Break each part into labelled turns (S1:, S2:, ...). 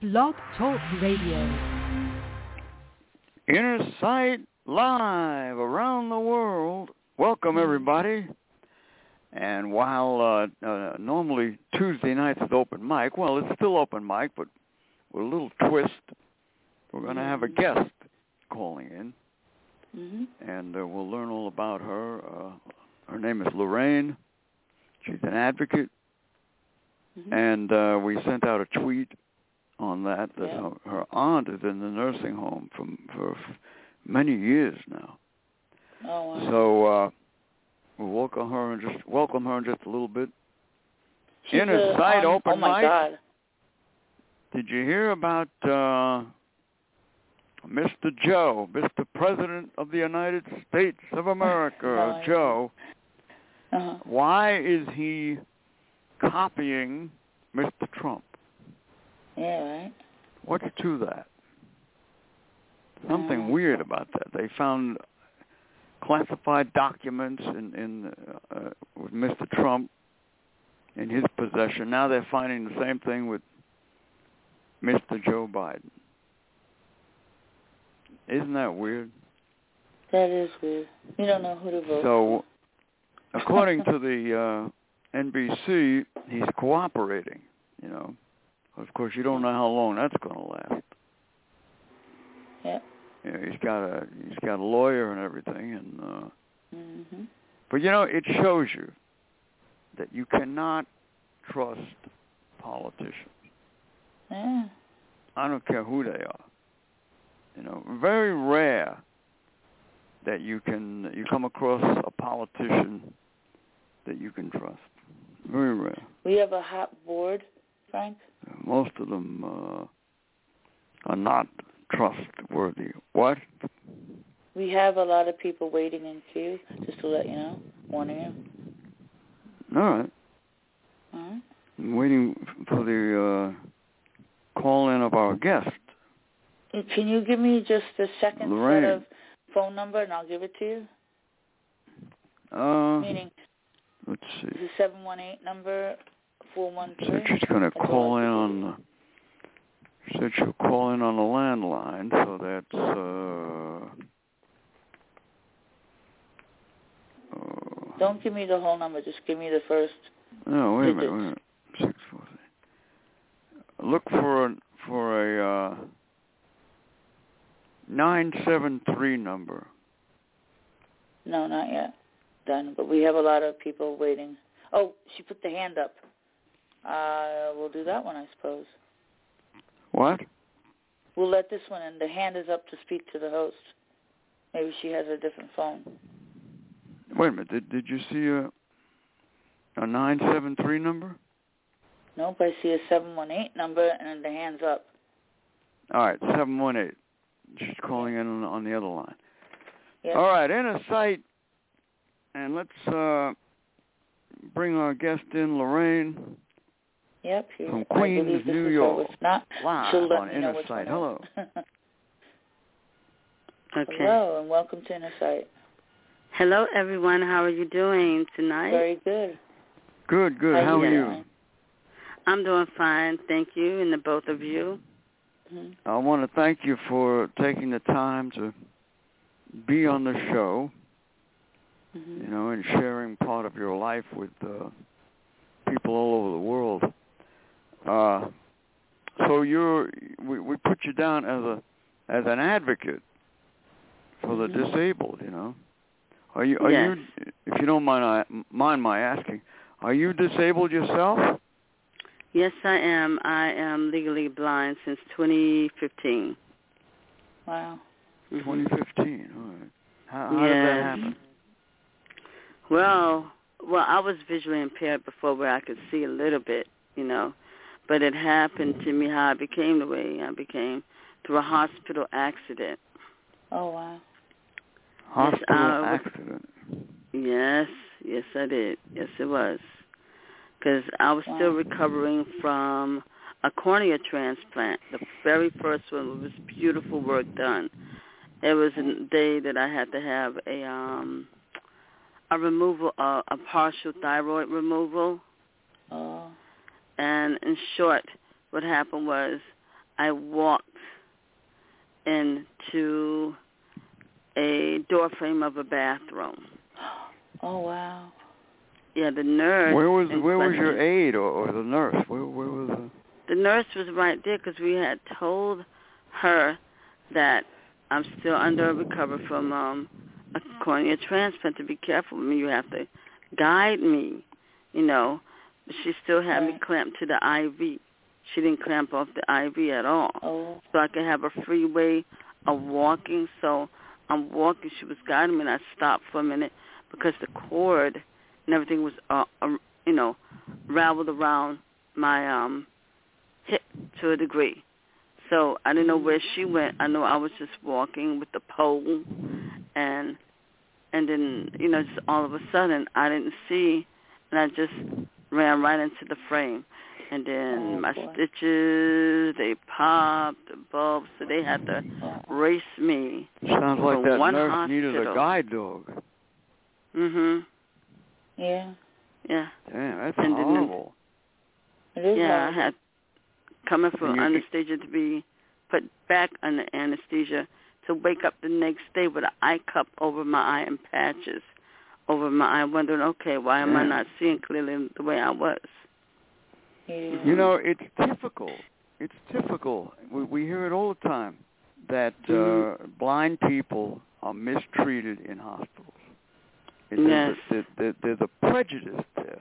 S1: Blog Talk Radio.
S2: Inner Sight Live around the world. Welcome everybody. And while uh, uh, normally Tuesday nights is open mic, well, it's still open mic, but with a little twist, we're going to have a guest calling in,
S3: hmm
S2: and uh, we'll learn all about her. Uh, her name is Lorraine. She's an advocate,
S3: Mm-hmm.
S2: and uh, we sent out a tweet on that that
S3: Yeah.
S2: her, her aunt is in the nursing home from for f- many years now.
S3: oh, wow.
S2: So uh, we'll welcome her in just welcome her in just a little bit.
S3: She's
S2: Inner
S3: a-
S2: Sight
S3: um,
S2: Open
S3: Oh my
S2: Mic.
S3: God.
S2: Did you hear about uh, Mr. Joe, Mr. President of the United States of America,
S3: No, I-
S2: Joe?
S3: Uh-huh.
S2: Why is he copying Mr. Trump?
S3: Yeah, right.
S2: What's to that? Something
S3: Mm.
S2: weird about that. They found classified documents in in uh, with Mr. Trump in his possession. Now they're finding the same thing with Mr. Joe Biden. Isn't that weird?
S3: That is weird. You don't know who to vote.
S2: So, according to the uh, NBC, he's cooperating. You know, of course, you don't know how long that's going to last.
S3: Yeah.
S2: You know, he's got a he's got a lawyer and everything, and uh,
S3: hmm
S2: but you know, it shows you that you cannot trust politicians.
S3: Yeah.
S2: I don't care who they are. You know, very rare that you can you come across a politician that you can trust. Very rare.
S3: We have a hot board, Frank.
S2: Most of them uh, are not trustworthy. What?
S3: We have a lot of people waiting in queue, just to let you know, warning you.
S2: All right.
S3: Alright.
S2: I'm waiting for the uh, call in of our guest.
S3: And Can you give me just the second
S2: Lorraine.
S3: set of phone number and I'll give it to you?
S2: Uh,
S3: Meaning
S2: let's see.
S3: the 718 number,
S2: See if
S3: 413.
S2: she's going to
S3: That's all
S2: call
S3: I
S2: in
S3: can
S2: on
S3: do.
S2: the. Said she'll call in on the landline, so that's uh, uh
S3: Don't give me the whole number, just give me the first.
S2: No, wait a minute.
S3: digits.
S2: Wait a minute. Six four three. Look for a for a uh, nine seven three number.
S3: No, not yet. Done. But we have a lot of people waiting. Oh, she put the hand up. Uh, we'll do that one, I suppose.
S2: What?
S3: We'll let this one in. The hand is up to speak to the host. Maybe she has a different phone.
S2: Wait a minute. Did did you see a a nine seven three number?
S3: Nope, I see a 718 number and the hand's up.
S2: All right, seven one eight. She's calling in on, on the other line.
S3: Yep.
S2: All right, in a sight, and let's uh, bring our guest in, Lorraine,
S3: Yep. here-
S2: From
S3: I believe
S2: Queens,
S3: this
S2: New
S3: is her.
S2: York.
S3: If not,
S2: live
S3: she'll let
S2: on
S3: me know
S2: Inner
S3: which one
S2: Sight. Hello.
S3: it is.
S4: Okay.
S3: Hello, and welcome to Inner Sight.
S4: Hello, everyone. How are you doing tonight?
S3: Very good.
S2: Good, good.
S3: Hi,
S2: How are
S4: yeah.
S2: you?
S4: I'm doing fine, thank you, and the both of you.
S3: Mhm.
S2: I want to thank you for taking the time to be on the show,
S3: Mhm.
S2: you know, and sharing part of your life with uh, people all over the world. Uh, so you're we, we put you down as a as an advocate for the
S3: Mhm.
S2: disabled, you know. Are you are
S4: Mm-hmm. Yes.
S2: you if you don't mind I, mind my asking, are you disabled yourself?
S4: Mm-hmm. Yes, I am. I am legally blind since 2015.
S3: Wow.
S4: Mhm.
S2: 2015. All right. How, how did that
S4: Yes.
S2: happen?
S4: Well, well, I was visually impaired before, where I could see a little bit, you know, but it happened to me how I became the way I became through a hospital accident.
S3: Oh, wow.
S2: Hospital
S4: uh, with-
S2: accident.
S4: Yes, yes, I did. Yes, it was. Because I was still
S3: Wow.
S4: recovering from a cornea transplant. The very first one was beautiful work done. It was a day that I had to have a um a removal, uh, a partial thyroid removal.
S3: Oh.
S4: And in short, what happened was
S2: I walked into a doorframe of a bathroom.
S3: Oh wow.
S2: Yeah, the nurse.
S5: Where was
S2: in
S5: where was
S2: question-
S5: your aide or, or the nurse? Where where was the,
S2: the nurse was right there because we had told her that I'm still under recovery from um, a cornea transplant. To be careful with me, you have to guide me, you know. But she still had me
S3: Right.
S2: clamped to the IV. She didn't clamp off the IV at all,
S3: Oh.
S2: so I could have a free way of walking. So I'm walking. She was guiding me, and I stopped for a minute because the cord and everything was, uh, uh, you know, raveled around my um hip to a degree. So I didn't know where she went. I know I was just walking with the pole, and and then you know, just all of a sudden I didn't see, and I just ran right into the frame, and then
S3: Oh,
S2: my
S3: boy.
S2: stitches they popped, the bulb, so they had to
S3: wow.
S2: race me.
S5: sounds
S2: Well,
S5: like that
S2: one
S5: nurse needed a
S2: hospital.
S5: guide dog.
S2: Mhm.
S3: Yeah.
S2: Yeah.
S5: Damn, that's
S2: And didn't-
S5: horrible.
S3: It is
S2: Yeah, I
S3: horrible.
S2: had coming from
S5: And you-
S2: anesthesia to be put back under anesthesia to wake up the next day with an eye cup over my eye and patches over my eye, wondering, okay, why am I
S5: Yeah.
S2: not seeing clearly the way I was?
S3: Yeah.
S5: You know, it's typical. It's typical. We, we hear it all the time that
S3: Mm-hmm.
S5: uh,
S2: Mhm.
S5: blind people are mistreated in hospitals. It,
S2: Yes.
S5: There's a, there, there- there's a prejudice there.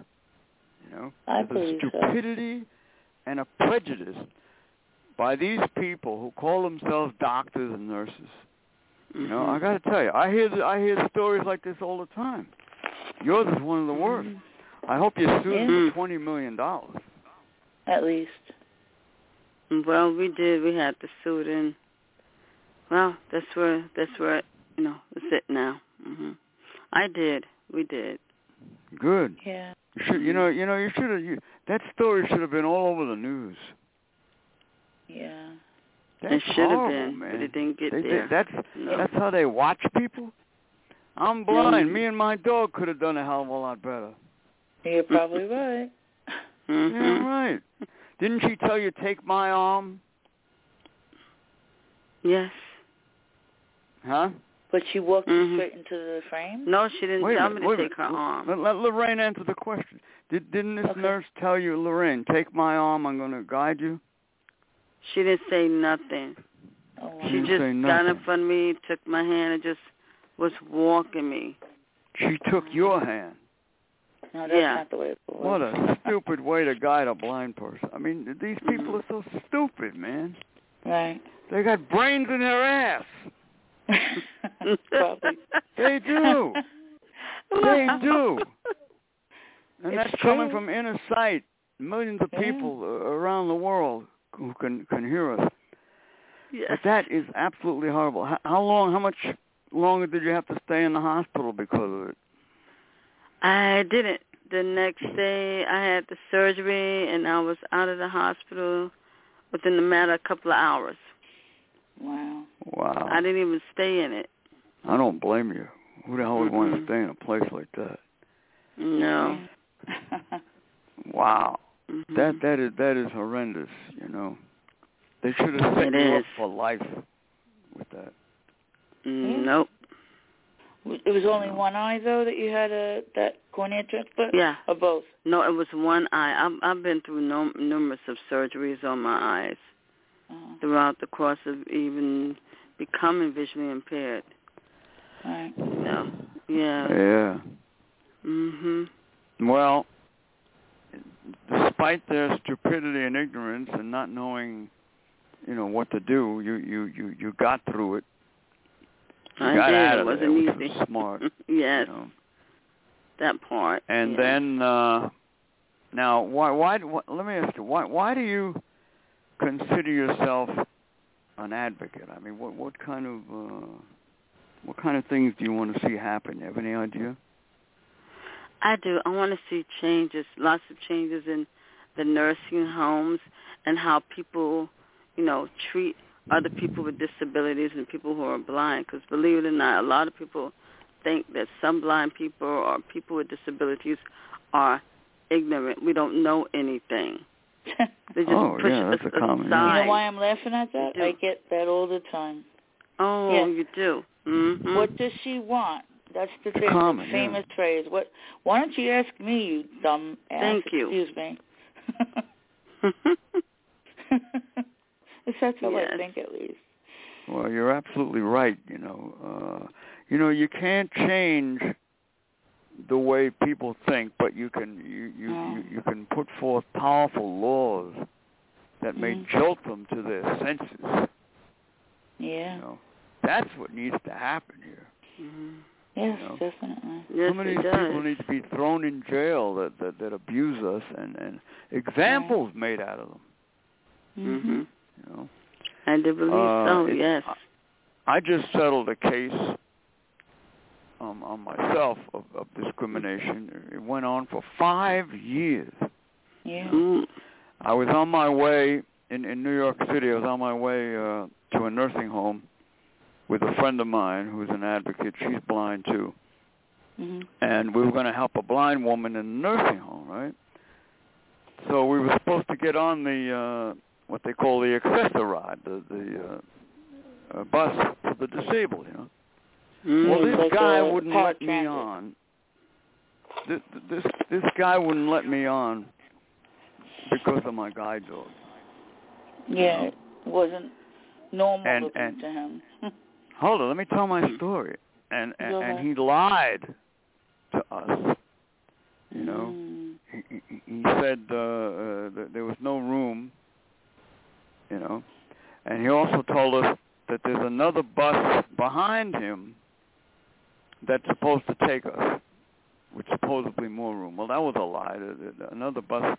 S5: You know,
S3: I
S5: there's
S3: believe
S5: a
S3: so.
S5: stupidity and a prejudice by these people who call themselves doctors and nurses. You know, I
S2: Mhm.
S5: got to tell you, I hear th- I hear stories like this all the time. Yours is one of the worst.
S3: Mm-hmm.
S5: I hope you're sued
S2: Yeah.
S5: for twenty million dollars.
S3: At least.
S2: Well, we did. We had the suit and well, that's where that's where you know it's it now. hmm I did. We did.
S5: Good.
S3: Yeah.
S5: You should, you know, you know, you should have. You, that story should have been all over the news.
S3: Yeah.
S5: That's
S2: it should have
S5: horrible,
S2: been,
S5: man.
S2: but it didn't get
S5: They
S2: there.
S5: did- That's
S2: No.
S5: that's how they watch people. I'm
S2: Mm-hmm.
S5: blind. Me and my dog could have done a hell of a lot better.
S3: You're probably right.
S2: hmm
S5: Yeah, right. Didn't she tell you take my arm?
S2: Yes.
S5: Huh?
S3: But she walked
S5: Mm-hmm.
S2: Mhm.
S3: straight into the frame?
S2: No, she didn't
S5: Wait a
S2: tell
S5: minute,
S2: me
S5: wait
S2: to
S5: a
S2: take her
S5: minute.
S2: arm.
S5: Let, let Lorraine answer the question. Did, didn't this
S3: Okay.
S5: nurse tell you, Lorraine, take my arm? I'm going to guide you.
S2: She didn't say nothing.
S3: Oh, wow.
S2: She
S5: didn't
S2: just
S5: say
S2: got in
S5: nothing.
S2: front of me, took my hand, and just was walking me.
S5: She took your hand.
S3: No, that's
S2: Yeah.
S3: not the way it works.
S5: What a stupid way to guide a blind person. I mean, these
S3: Mm-hmm.
S5: people are so stupid, man.
S3: Right.
S5: They got brains in their ass.
S3: probably.
S5: They do. They do. And
S3: It's
S5: that's coming
S3: true.
S5: from inner sight. Millions of
S3: Yeah.
S5: people uh, around the world who can can hear us.
S2: Yes.
S5: But that is absolutely horrible. How, how long? How much longer did you have to stay in the hospital because of it?
S2: I didn't. The next day, I had the surgery, and I was out of the hospital within a matter of a couple of hours.
S3: Wow.
S5: Wow.
S2: I didn't even stay in it.
S5: I don't blame you. Who the hell would want to
S2: Mhm.
S5: stay in a place like that?
S2: No.
S5: Wow.
S2: Mhm.
S5: That that is that is horrendous. You know, they should have set
S2: It
S5: you up
S2: is.
S5: for life with that.
S2: Mm, Nope.
S3: it was only one eye though that you had a that cornea transplant.
S2: Yeah.
S3: Or both.
S2: No, it was one eye. I'm, I've been through no, numerous of surgeries on my eyes.
S3: Oh,
S2: throughout the course of even becoming visually impaired.
S3: right.
S2: No. Yeah.
S5: Yeah.
S2: Mhm.
S5: Well, despite their stupidity and ignorance and not knowing, you know, what to do, you you you you got through it. You
S2: I
S5: got
S2: did.
S5: out
S2: it
S5: of
S2: wasn't
S5: there, which
S2: easy.
S5: was smart.
S2: yes,
S5: You know.
S2: that part.
S5: And
S2: yeah.
S5: then uh now why why why- let me ask you why why do you consider yourself an advocate? I mean, what what kind of uh what kind of things do you want to see happen? You have any idea?
S2: I do. I want to see changes, lots of changes in the nursing homes and how people, you know, treat other people with disabilities and people who are blind. Because believe it or not, a lot of people think that some blind people or people with disabilities are ignorant. We don't know anything. They just
S5: Oh,
S2: push
S5: yeah,
S2: us
S5: that's a common-
S3: You know
S2: aside.
S3: why I'm laughing at that?
S2: do.
S3: I get that all the time.
S2: Oh,
S3: Yeah.
S2: you do. Mm-hmm.
S3: What does she want? That's the
S5: It's
S3: thing,
S5: common, yeah.
S3: famous phrase. What? Why don't you ask me, you dumb ass?
S2: Thank you.
S3: Excuse me. That's how
S2: Yes.
S3: I think, at least.
S5: Well, you're absolutely right. You know, uh, you know, you can't change the way people think, but you can you you,
S3: Yeah.
S5: you, you can put forth powerful laws that may
S3: Mhm.
S5: jolt them to their senses.
S3: Yeah.
S5: You know, that's what needs to happen here.
S2: Mhm.
S3: Yes,
S5: you know.
S3: definitely.
S2: Yes,
S5: How many
S2: it
S5: of these people
S2: does.
S5: need to be thrown in jail that that, that abuse us and and examples made out of them?
S3: Mm-hmm.
S2: hmm
S5: You know.
S2: I do believe
S5: Uh,
S2: so.
S5: it's-
S2: Yes.
S5: I just settled a case um, on myself of, of discrimination. It went on for five years.
S3: Yeah.
S2: Mm.
S5: I was on my way in, in New York City. I was on my way uh, to a nursing home with a friend of mine who's an advocate. She's blind too,
S3: hmm
S5: and we were going to help a blind woman in a nursing home, right? So we were supposed to get on the uh, what they call the accessor ride, the, the uh, uh, bus for the disabled, you know.
S2: Mm.
S5: Well,
S3: Mm,
S5: this
S3: like
S5: guy
S3: a
S5: wouldn't let me
S3: paratransit.
S5: on. This, this this guy wouldn't let me on because of my guide dog.
S3: Yeah. It wasn't normal
S5: And-
S3: looking
S5: and-
S3: to him.
S5: Hold on, let me tell my story. And and,
S3: Hmm. Go
S5: and
S3: ahead.
S5: he lied to us. You know,
S3: Mm.
S5: he, he, he said uh, uh, that there was no room. You know, and he also told us that there's another bus behind him that's supposed to take us, with supposedly more room. Well, that was a lie. The- the- Another bus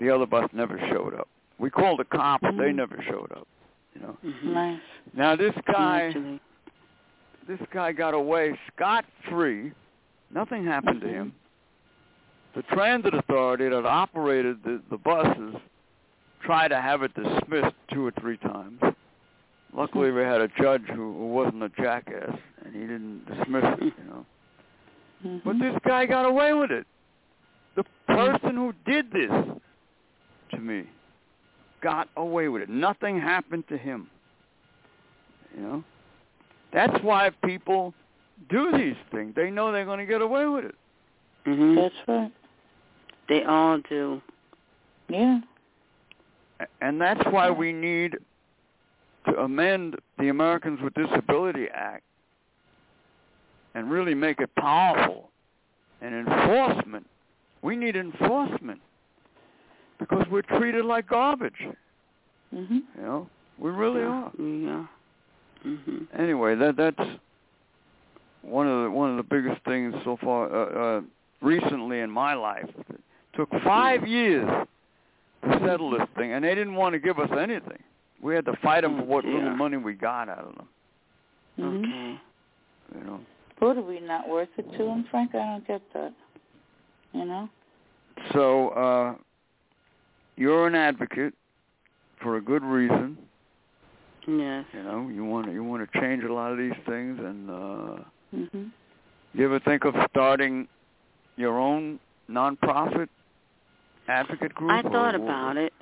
S5: the other bus never showed up. We called the cops, they
S3: Mhm.
S5: never showed up. You know.
S2: Mhm.
S3: Mm-hmm. Nice.
S5: Now this guy,
S2: Actually.
S5: this guy got away scot free. Nothing happened to
S3: Mhm.
S5: him. The transit authority that operated the, the buses tried to have it dismissed two or three times. Luckily, we had a judge who, who wasn't a jackass, and he didn't dismiss it. You know. But
S3: Mhm.
S5: this guy got away with it. The person who did this to me got away with it. Nothing happened to him. You know? That's why people do these things. They know they're going to get away with it.
S2: Mhm.
S3: That's right.
S2: They all do.
S3: Yeah.
S5: A- And that's why we need to amend the Americans with Disability Act and really make it powerful and enforcement. We need enforcement because we're treated like garbage.
S3: Mhm.
S5: You know, we really are.
S2: Yeah. Mhm.
S5: Anyway, that that's one of the one of the biggest things so far uh, uh, recently in my life. It took five years to settle this thing, and they didn't want to give us anything. We had to fight them for what little
S2: Yeah.
S5: money we got out of them.
S3: Mhm.
S2: Okay.
S5: You know,
S3: What are we not worth it to him, Frank? I don't get that. You know?
S5: so uh, you're an advocate for a good reason.
S2: Yes.
S5: You know, you want to you want to change a lot of these things, and uh,
S3: Mhm.
S5: you ever think of starting your own nonprofit advocate group?
S2: I thought about it.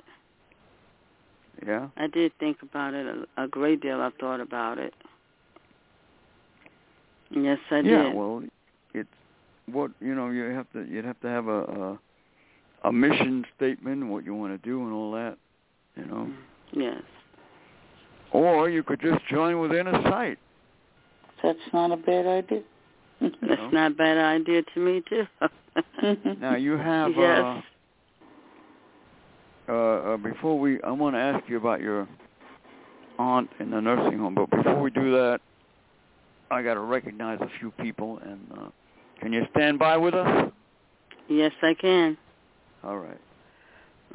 S5: Yeah.
S2: I did think about it a, a great deal. I thought about it. Yes, I
S5: yeah.
S2: did.
S5: Well, it's what you know. You have to. You'd have to have a a, a mission statement, what you want to do, and all that. You know.
S2: Mm. Yes.
S5: Or you could just join within a site.
S3: That's not a bad idea.
S2: That's
S5: know?
S2: not a bad idea to me too.
S5: Now you have.
S2: yes.
S5: Uh, uh, uh, before we, I want to ask you about your aunt in the nursing home. But before we do that, I got to recognize a few people. And uh, can you stand by with us?
S2: Yes, I can.
S5: All right.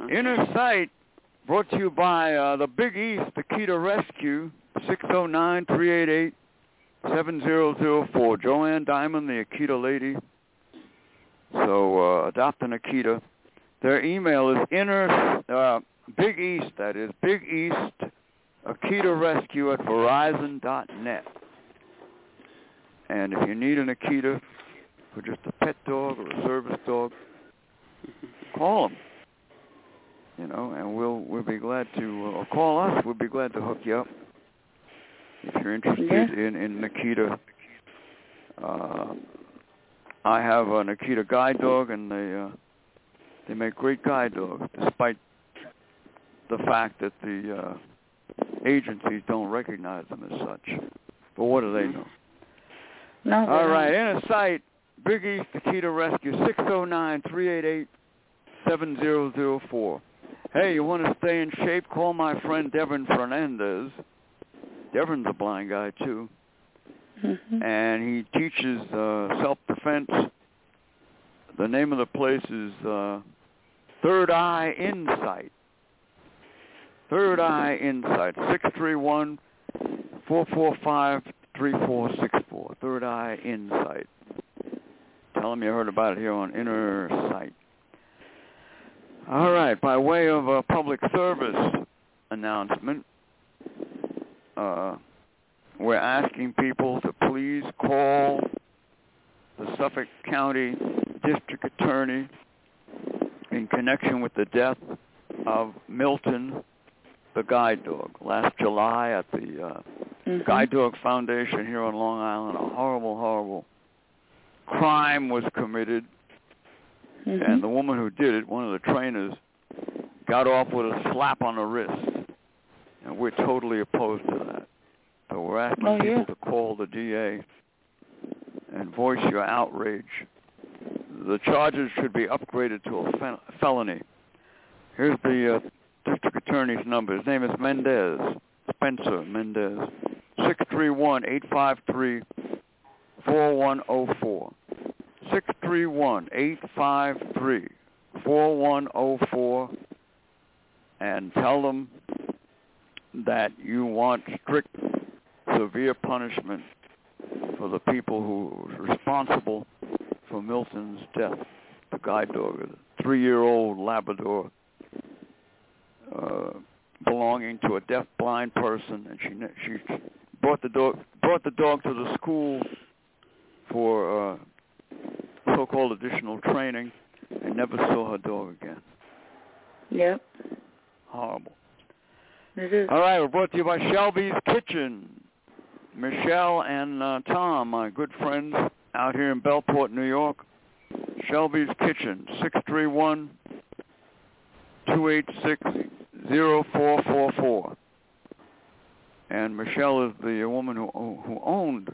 S2: Okay.
S5: Inner Sight brought to you by uh, the Big East, the Key to Rescue, 609-388-7004. Joanne Diamond, the Akita lady. So uh, adopt an Akita. Their email is inner, uh, Big East, that is, Big East, Akita Rescue at Verizon dot net. And if you need an Akita for just a pet dog or a service dog, call them. you know, and we'll we'll be glad to uh, or call us. We'll be glad to hook you up if you're interested
S3: Yeah.
S5: in in Nikita. Uh, I have a Nikita guide dog, and they uh, they make great guide dogs, despite the fact that the uh, agencies don't recognize them as such. But what do they know?
S3: No. Uh, they
S5: All
S3: don't.
S5: right, in a sight, Big East Akita Rescue, 609-388-7004. Hey, you want to stay in shape? Call my friend Devin Fernandez. Devin's a blind guy, too,
S3: Mhm.
S5: and he teaches uh, self-defense. The name of the place is uh, Third Eye Insight. Third Eye Insight, 631-445-3464. Third Eye Insight. Tell him you heard about it here on Inner Sight. All right, by way of a public service announcement, uh, we're asking people to please call the Suffolk County District Attorney in connection with the death of Milton, the guide dog, last July at the uh,
S3: Mhm.
S5: Guide Dog Foundation here on Long Island. A horrible, horrible crime was committed,
S3: Mhm.
S5: and the woman who did it, one of the trainers, got off with a slap on the wrist. And we're totally opposed to that. So we're asking
S3: Oh,
S5: people
S3: yeah.
S5: to call the DA and voice your outrage. The charges should be upgraded to a fel- felony. Here's the uh, district attorney's number. His name is Mendez, Spencer Mendez, Six three one eight five three four one zero four. Six three one eight five three four one zero four, and tell them that you want strict, severe punishment for the people who were responsible for Milton's death. The guide dog, a three-year-old Labrador uh, belonging to a deaf-blind person, and she ne- she brought the dog brought the dog to the school for uh, so-called additional training, and never saw her dog again.
S3: Yep.
S5: Horrible.
S3: It is.
S5: All right, we're brought to you by Shelby's Kitchen. Michelle and uh, Tom, my good friends out here in Bellport, New York. Shelby's Kitchen, 631-286-0444. And Michelle is the woman who who owned,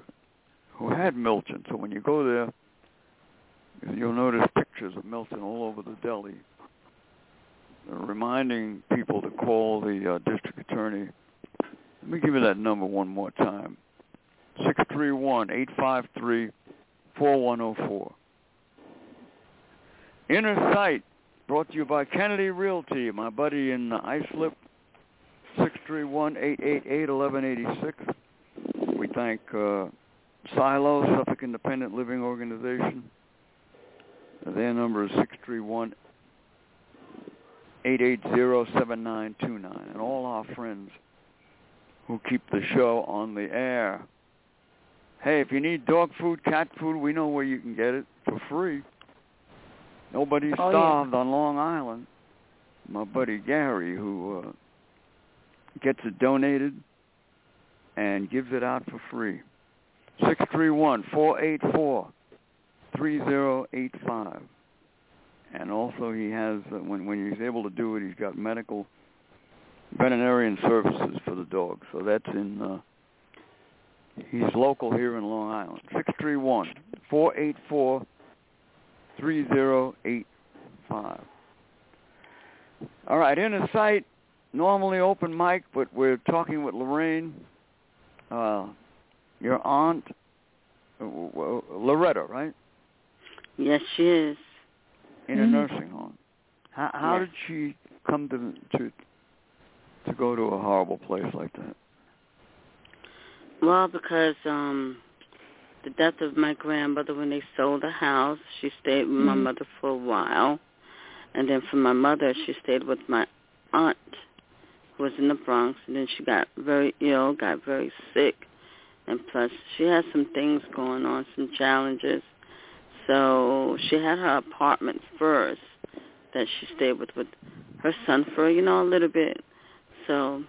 S5: who had Milton. So when you go there, you'll notice pictures of Milton all over the deli reminding people to call the uh, district attorney. Let me give you that number one more time. Six three one eight five three four one zero four. Inner Sight, brought to you by Kennedy Realty, my buddy in Islip, Six three one eight eight eight eleven eighty six. We thank uh, Silo, Suffolk Independent Living Organization. Their number is six three one 880-7929 and all our friends who keep the show on the air. Hey, if you need dog food, cat food, we know where you can get it for free. Nobody's
S3: Oh, yeah.
S5: starved on Long Island. My buddy Gary, who uh, gets it donated and gives it out for free. Six three one four eight four three zero eight five and also he has uh, when when he's able to do it, he's got medical veterinarian services for the dog. So that's in uh, he's local here in Long Island. Six three one four eight four three zero eight five. All right, in a sight, normally open mic, but we're talking with Lorraine, uh, your aunt, uh, w- w- Loretta, right?
S2: Yes, she is.
S5: in a
S3: Mhm.
S5: nursing home. How, how
S2: Mm-hmm. Yes.
S5: did she come to to to go to a horrible place like that?
S2: Well, because um the death of my grandmother when they sold the house, she stayed with my
S3: Mhm.
S2: mother for a while. And then for my mother she stayed with my aunt who was in the Bronx and then she got very ill, got very sick and plus she had some things going on, some challenges. So she had her apartment first that she stayed with with her son for you know a little bit. So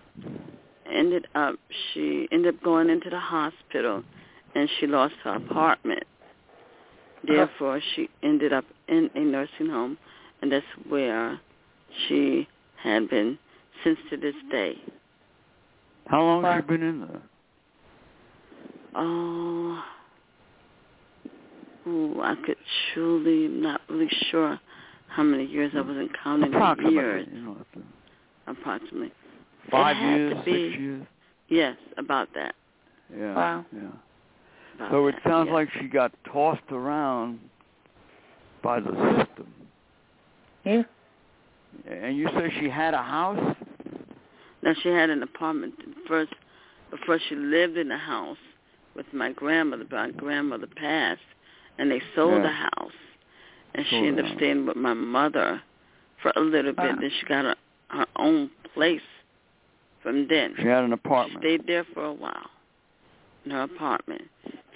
S2: ended up she ended up going into the hospital, and she lost her apartment. Therefore, she ended up in a nursing home, and that's where she had been since to this day.
S5: How long has she been in there?
S2: Oh, ooh, I could truly not really sure how many years I wasn't counting the
S5: Approximately.
S2: years
S5: You don't have to-
S2: approximately.
S5: Five
S2: had to
S5: years, six
S2: be-
S5: years.
S2: Yes, about that.
S5: Yeah.
S3: Wow.
S5: Yeah.
S2: About
S5: So it
S2: that,
S5: sounds
S2: yes.
S5: like she got tossed around by the system.
S3: Yeah.
S5: And you say she had a house?
S2: Now she had an apartment first. Before she lived in a house with my grandmother, but my grandmother passed, and they sold
S5: Yeah.
S2: the house, and
S5: Sold
S2: she
S5: the
S2: ended up
S5: house. Uh.
S2: staying with my mother for a little bit.
S3: Wow.
S2: Then she got her, her own place from then.
S5: She had an apartment.
S2: She stayed there for a while in her apartment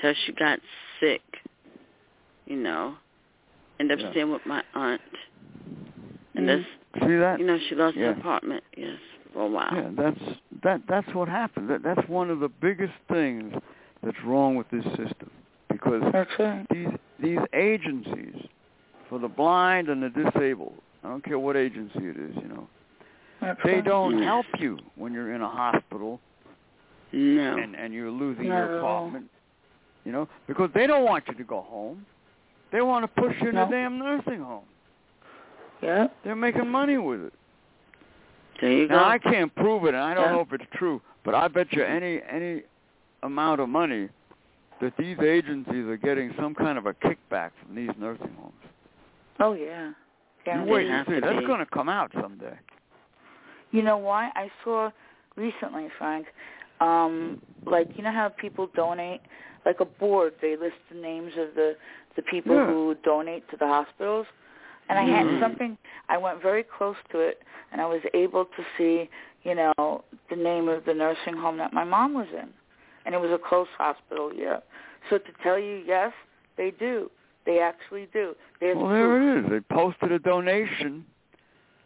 S2: till she got sick, you know. Ended up
S5: Yeah. Mm-hmm.
S2: staying with my aunt.
S3: Mhm.
S2: And that's
S5: See that?
S2: you know, she lost
S5: Yeah.
S2: her apartment, yes, for a while.
S5: yeah, that's that that's what happened. That that's one of the biggest things that's wrong with this system because
S3: That's right.
S5: these these agencies for the blind and the disabled, I don't care what agency it is, you know.
S3: That's
S5: They
S3: right.
S5: don't
S2: Yes.
S5: help you when you're in a hospital
S2: No.
S5: and and you're losing
S3: Not
S5: your
S3: at all.
S5: apartment. You know, because they don't want you to go home. They want to push you in a
S3: No.
S5: damn nursing home.
S3: Yeah.
S5: They're making money with it.
S2: there you go.
S5: Now I can't prove it, and I don't
S3: Yeah.
S5: know if it's true, but I bet you any any amount of money that these agencies are getting some kind of a kickback from these nursing homes.
S3: Oh yeah. Yeah.
S5: You wait and
S2: have
S5: see.
S2: to
S5: That's
S2: be.
S5: going to come out someday.
S3: You know why? I saw recently, Frank, um, like you know how people donate like a board, they list the names of the the people
S5: Yeah. Mm-hmm.
S3: who donate to the hospitals. And I had
S2: Mhm.
S3: something I went very close to it and I was able to see, you know, the name of the nursing home that my mom was in. And it was a close hospital, yeah. So to tell you yes, they do. They actually do. There's
S5: Well,
S3: proof.
S5: there it is. They posted a donation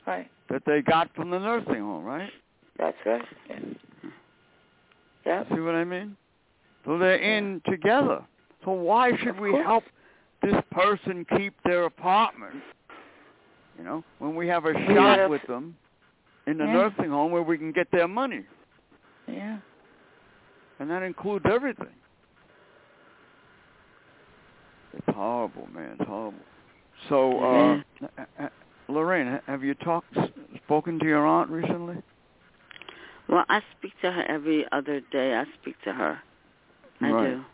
S3: Right.
S5: that they got from the nursing home, right?
S3: That's right. Yeah.
S5: Hmm.
S3: Yep.
S5: See what I mean? So they're in together. So why should
S3: Of
S5: we
S3: course.
S5: help this person keep their apartment? You know, when we have a shot
S3: have-
S5: with them in the
S3: Yeah.
S5: nursing home where we can get their money,
S3: Yeah.
S5: and that includes everything. It's horrible, man. It's horrible. So, uh, uh, uh, Lorraine, ha- have you talked, spoken to your aunt recently?
S2: Well, I speak to her every other day. I speak to her. I
S5: Right.
S2: do.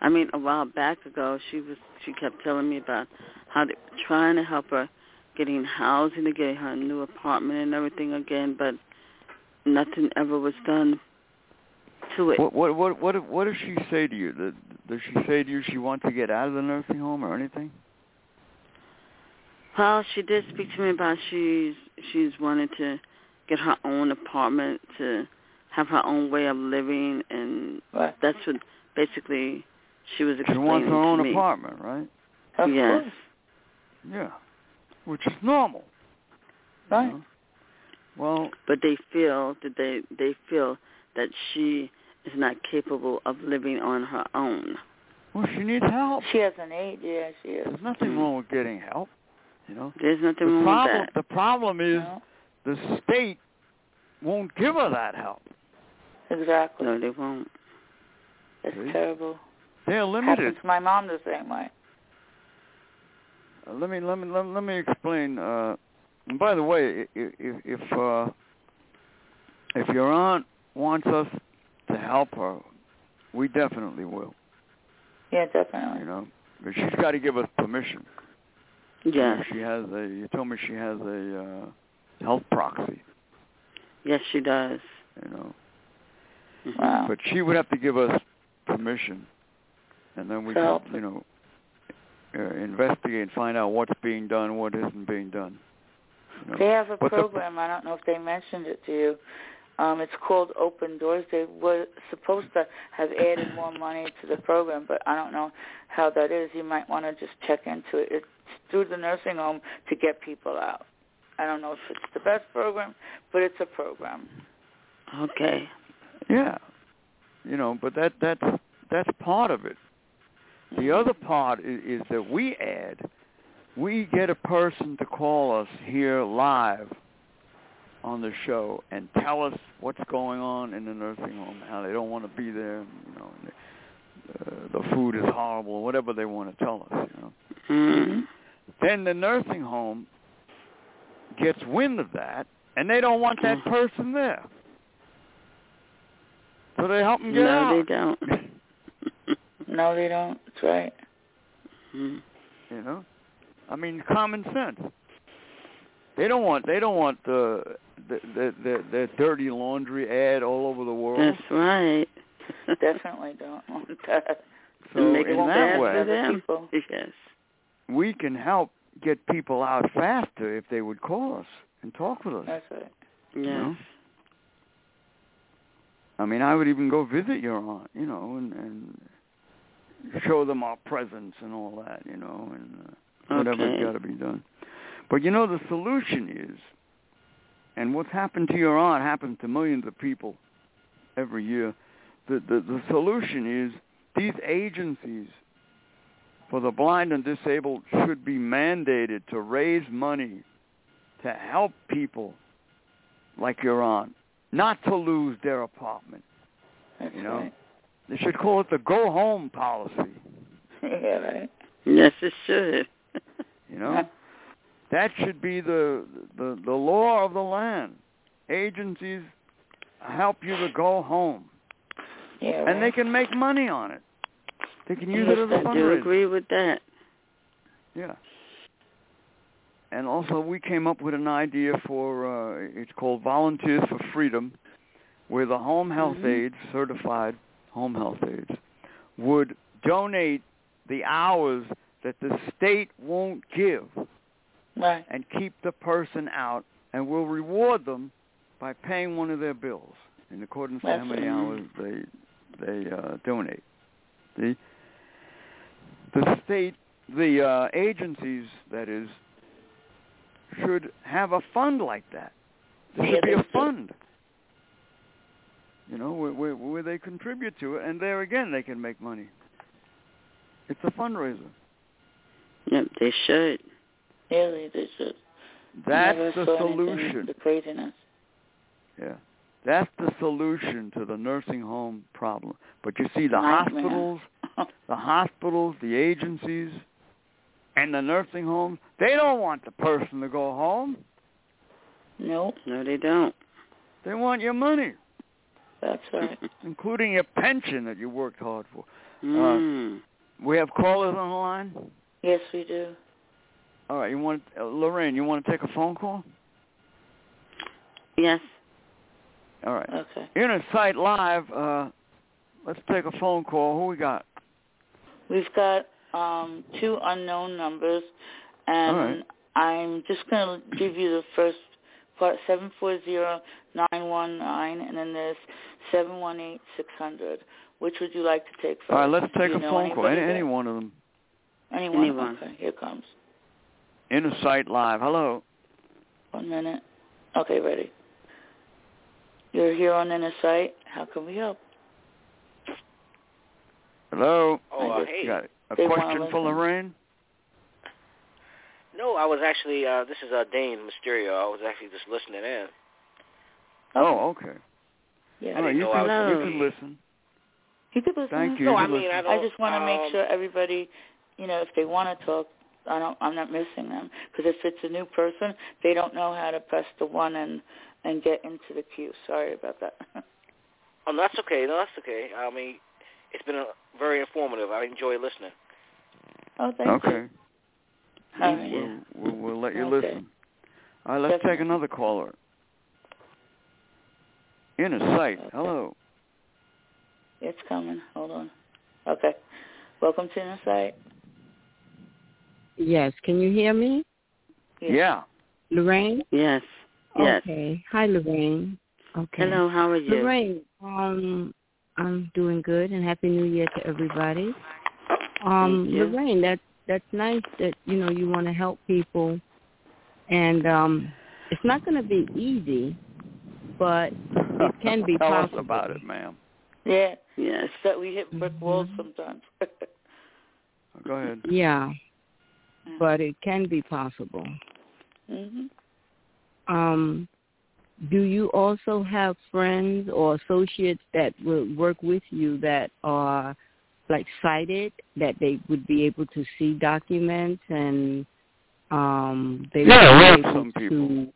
S2: I mean, a while back ago, she was she kept telling me about how they were trying to help her getting housing to get her a new apartment and everything again, but nothing ever was done to it.
S5: What what what what what does she say to you? Th- Does she say to you she wants to get out of the nursing home or anything?
S2: Well, she did speak to me about she's she's wanted to get her own apartment to have her own way of living, and
S3: Right.
S2: that's what basically she was
S5: She
S2: explaining
S5: wants her
S2: to
S5: own
S2: me.
S5: apartment, right?
S3: Of
S2: Yes.
S3: course.
S5: Yeah, which is normal. you
S3: Right.
S5: know? Well,
S2: but they feel that they they feel that she is not capable of living on her own.
S5: well, she needs help.
S3: She has an eight. Yeah, she is.
S5: There's nothing wrong with getting help. You know,
S2: There's
S5: the
S2: nothing wrong
S5: problem
S2: with that.
S5: the problem is
S3: No,
S5: the state won't give her that help.
S3: exactly.
S2: No, they won't.
S3: It's
S5: See?
S3: terrible.
S5: They're
S3: Happened
S5: limited.
S3: to my mom the same way.
S5: Uh, let me let me let me, let me explain. Uh, and by the way, i- i- if if uh, if your aunt wants us to help her, we definitely will.
S3: Yeah,
S5: You
S3: definitely.
S5: know, but she's got to give us permission. You know,
S2: Yes,
S5: She has a. You told me she has a uh, health proxy.
S2: yes, she does.
S5: You know,
S2: Mhm.
S3: Wow.
S5: but she would have to give us permission, and then we
S3: To
S5: could,
S3: help
S5: you know, uh, investigate and find out what's being done, what isn't being done. You know.
S3: They have a
S5: But the-
S3: program. I don't know if they mentioned it to you. Um, it's called Open Doors. They were supposed to have added more money to the program, but I don't know how that is. You might want to just check into it. It's through the nursing home to get people out. I don't know if it's the best program, but it's a program.
S2: Okay.
S5: Yeah. You know, but that that's that's part of it. The
S2: Mm-hmm.
S5: other part is, is that we add, we get a person to call us here live on the show and tell us what's going on in the nursing home, how they don't want to be there, you know, and the, uh, the food is horrible, whatever they want to tell us. You know,
S2: Mm-hmm.
S5: then the nursing home gets wind of that, and they don't want that
S2: Mhm.
S5: person there, so they help them get
S2: Mm-hmm. no,
S5: out.
S2: they don't.
S3: No, they don't. That's right.
S2: Mm.
S5: You know, I mean common sense. They don't want they don't want the the the, the, the dirty laundry ad all over the world.
S2: That's right.
S3: Definitely don't want that.
S5: so
S2: make it
S5: in
S3: won't
S5: that
S2: bad
S5: way,
S2: for them.
S3: people.
S2: Yes.
S5: we can help get people out faster if they would call us and talk with us.
S3: That's right.
S2: Yes.
S5: know? I mean, I would even go visit your aunt, you know, and and show them our presence and all that, you know, and. Uh, whatever's
S2: Okay.
S5: got to be done. But you know, the solution is, and what's happened to your aunt happens to millions of people every year. The the, the solution is these agencies for the blind and disabled should be mandated to raise money to help people like your aunt not to lose their apartment.
S3: That's
S5: You know?
S3: right.
S5: They should call it the go home policy.
S3: yeah, right.
S2: Yes, it should.
S5: You know. That should be the, the the law of the land. Agencies help you to go home,
S3: Yeah, right.
S5: and they can make money on it. They can use
S2: yes,
S5: it as a
S2: I do
S5: fundraiser.
S2: agree with that.
S5: Yeah. And also, we came up with an idea for uh, it's called Volunteers for Freedom, where the home health
S2: Mhm.
S5: aides, certified home health aides, would donate the hours that the state won't give.
S3: right.
S5: and keep the person out, and we'll reward them by paying one of their bills in accordance to how many hours
S2: Absolutely.
S5: they they uh, donate. The the state, the uh, agencies, that is, should have a fund like that. There
S3: Yeah,
S5: should be
S3: they
S5: a
S3: should.
S5: fund, you know, where, where, where they contribute to it, and there again they can make money. It's a fundraiser.
S2: Yep, they should.
S3: Yeah, they, they should.
S5: That's
S3: Never
S5: the
S3: saw anything,
S5: solution.
S3: The craziness.
S5: Yeah. That's the solution to the nursing home problem. But you see the
S3: Nightmare.
S5: hospitals, the hospitals, the agencies, and the nursing homes, they don't want the person to go home.
S3: nope.
S2: No, they don't.
S5: They want your money,
S3: That's right.
S5: including your pension that you worked hard for.
S2: Mm.
S5: We have callers on the line.
S3: yes, we do.
S5: All right, you want uh, Lorraine, you want to take a phone call?
S2: yes.
S5: All right.
S3: Okay.
S5: Inner Sight Live, uh, let's take a phone call. Who we got?
S3: We've got um, two unknown numbers, and
S5: All right.
S3: I'm just going to give you the first part, 740-919, and then there's 718-600. Which would you like to take first?
S5: All right, let's
S3: Do
S5: take
S3: you
S5: a
S3: know
S5: phone call.
S3: anybody
S5: Any,
S3: there?
S5: any one of them.
S3: Anyone?
S2: Anyone.
S3: Okay, here comes.
S5: Inner Sight Live. Hello.
S3: One minute. Okay, ready. You're here on Inner Sight. How can we help?
S5: Hello.
S6: Oh,
S3: I
S6: uh,
S3: just
S6: hey.
S5: Got a
S3: They wanna
S5: question
S3: listen.
S5: for Lorraine?
S6: No, I was actually, uh, this is uh, Dane Mysterio. I was actually just listening in.
S5: Oh, okay.
S3: Yeah.
S5: All right, you
S6: know
S3: Oh,
S5: can,
S2: I was-
S5: you can listen.
S3: You could listen.
S5: Thank you.
S6: No,
S5: you
S6: I
S5: can
S6: mean, I
S5: listen.
S6: don't.
S3: I just want to
S6: um,
S3: make sure everybody, you know, if they want to talk, I don't. I'm not missing them because if it's a new person, they don't know how to press the one and and get into the queue. Sorry about that.
S6: Oh, no, that's okay. No, that's okay. I mean, it's been uh very informative. I enjoy listening.
S3: oh, thank you.
S5: okay.
S3: All
S2: Thank
S3: right.
S2: you.
S5: We'll, we'll, we'll let you
S3: Okay.
S5: listen. All right, let's take
S3: Definitely.
S5: another caller. In a sight.
S3: Okay.
S5: Hello.
S3: It's coming. Hold on. Okay. Welcome to Insight.
S7: Yes, can you hear me?
S3: Yeah.
S5: Yeah.
S7: Lorraine?
S2: Yes. Yes.
S7: Okay. Hi, Lorraine. Okay.
S2: Hello, how are you?
S7: Lorraine, um, I'm doing good, and Happy New Year to everybody. Um,
S2: Thank you.
S7: Lorraine, that that's nice that you know you want to help people, and um, It's not going to be easy, but it can be
S5: Tell
S7: possible.
S5: us about it, ma'am.
S3: Yeah.
S2: Yes.
S3: That we hit brick walls
S7: Mhm.
S3: sometimes.
S5: Go ahead.
S7: Yeah,
S2: Mm.
S7: but it can be possible.
S3: hmm
S7: um do you also have friends or associates that will work with you that are like sighted that they would be able to see documents and um they
S5: Yeah, we
S7: would
S5: have
S7: be able
S5: some people.
S7: to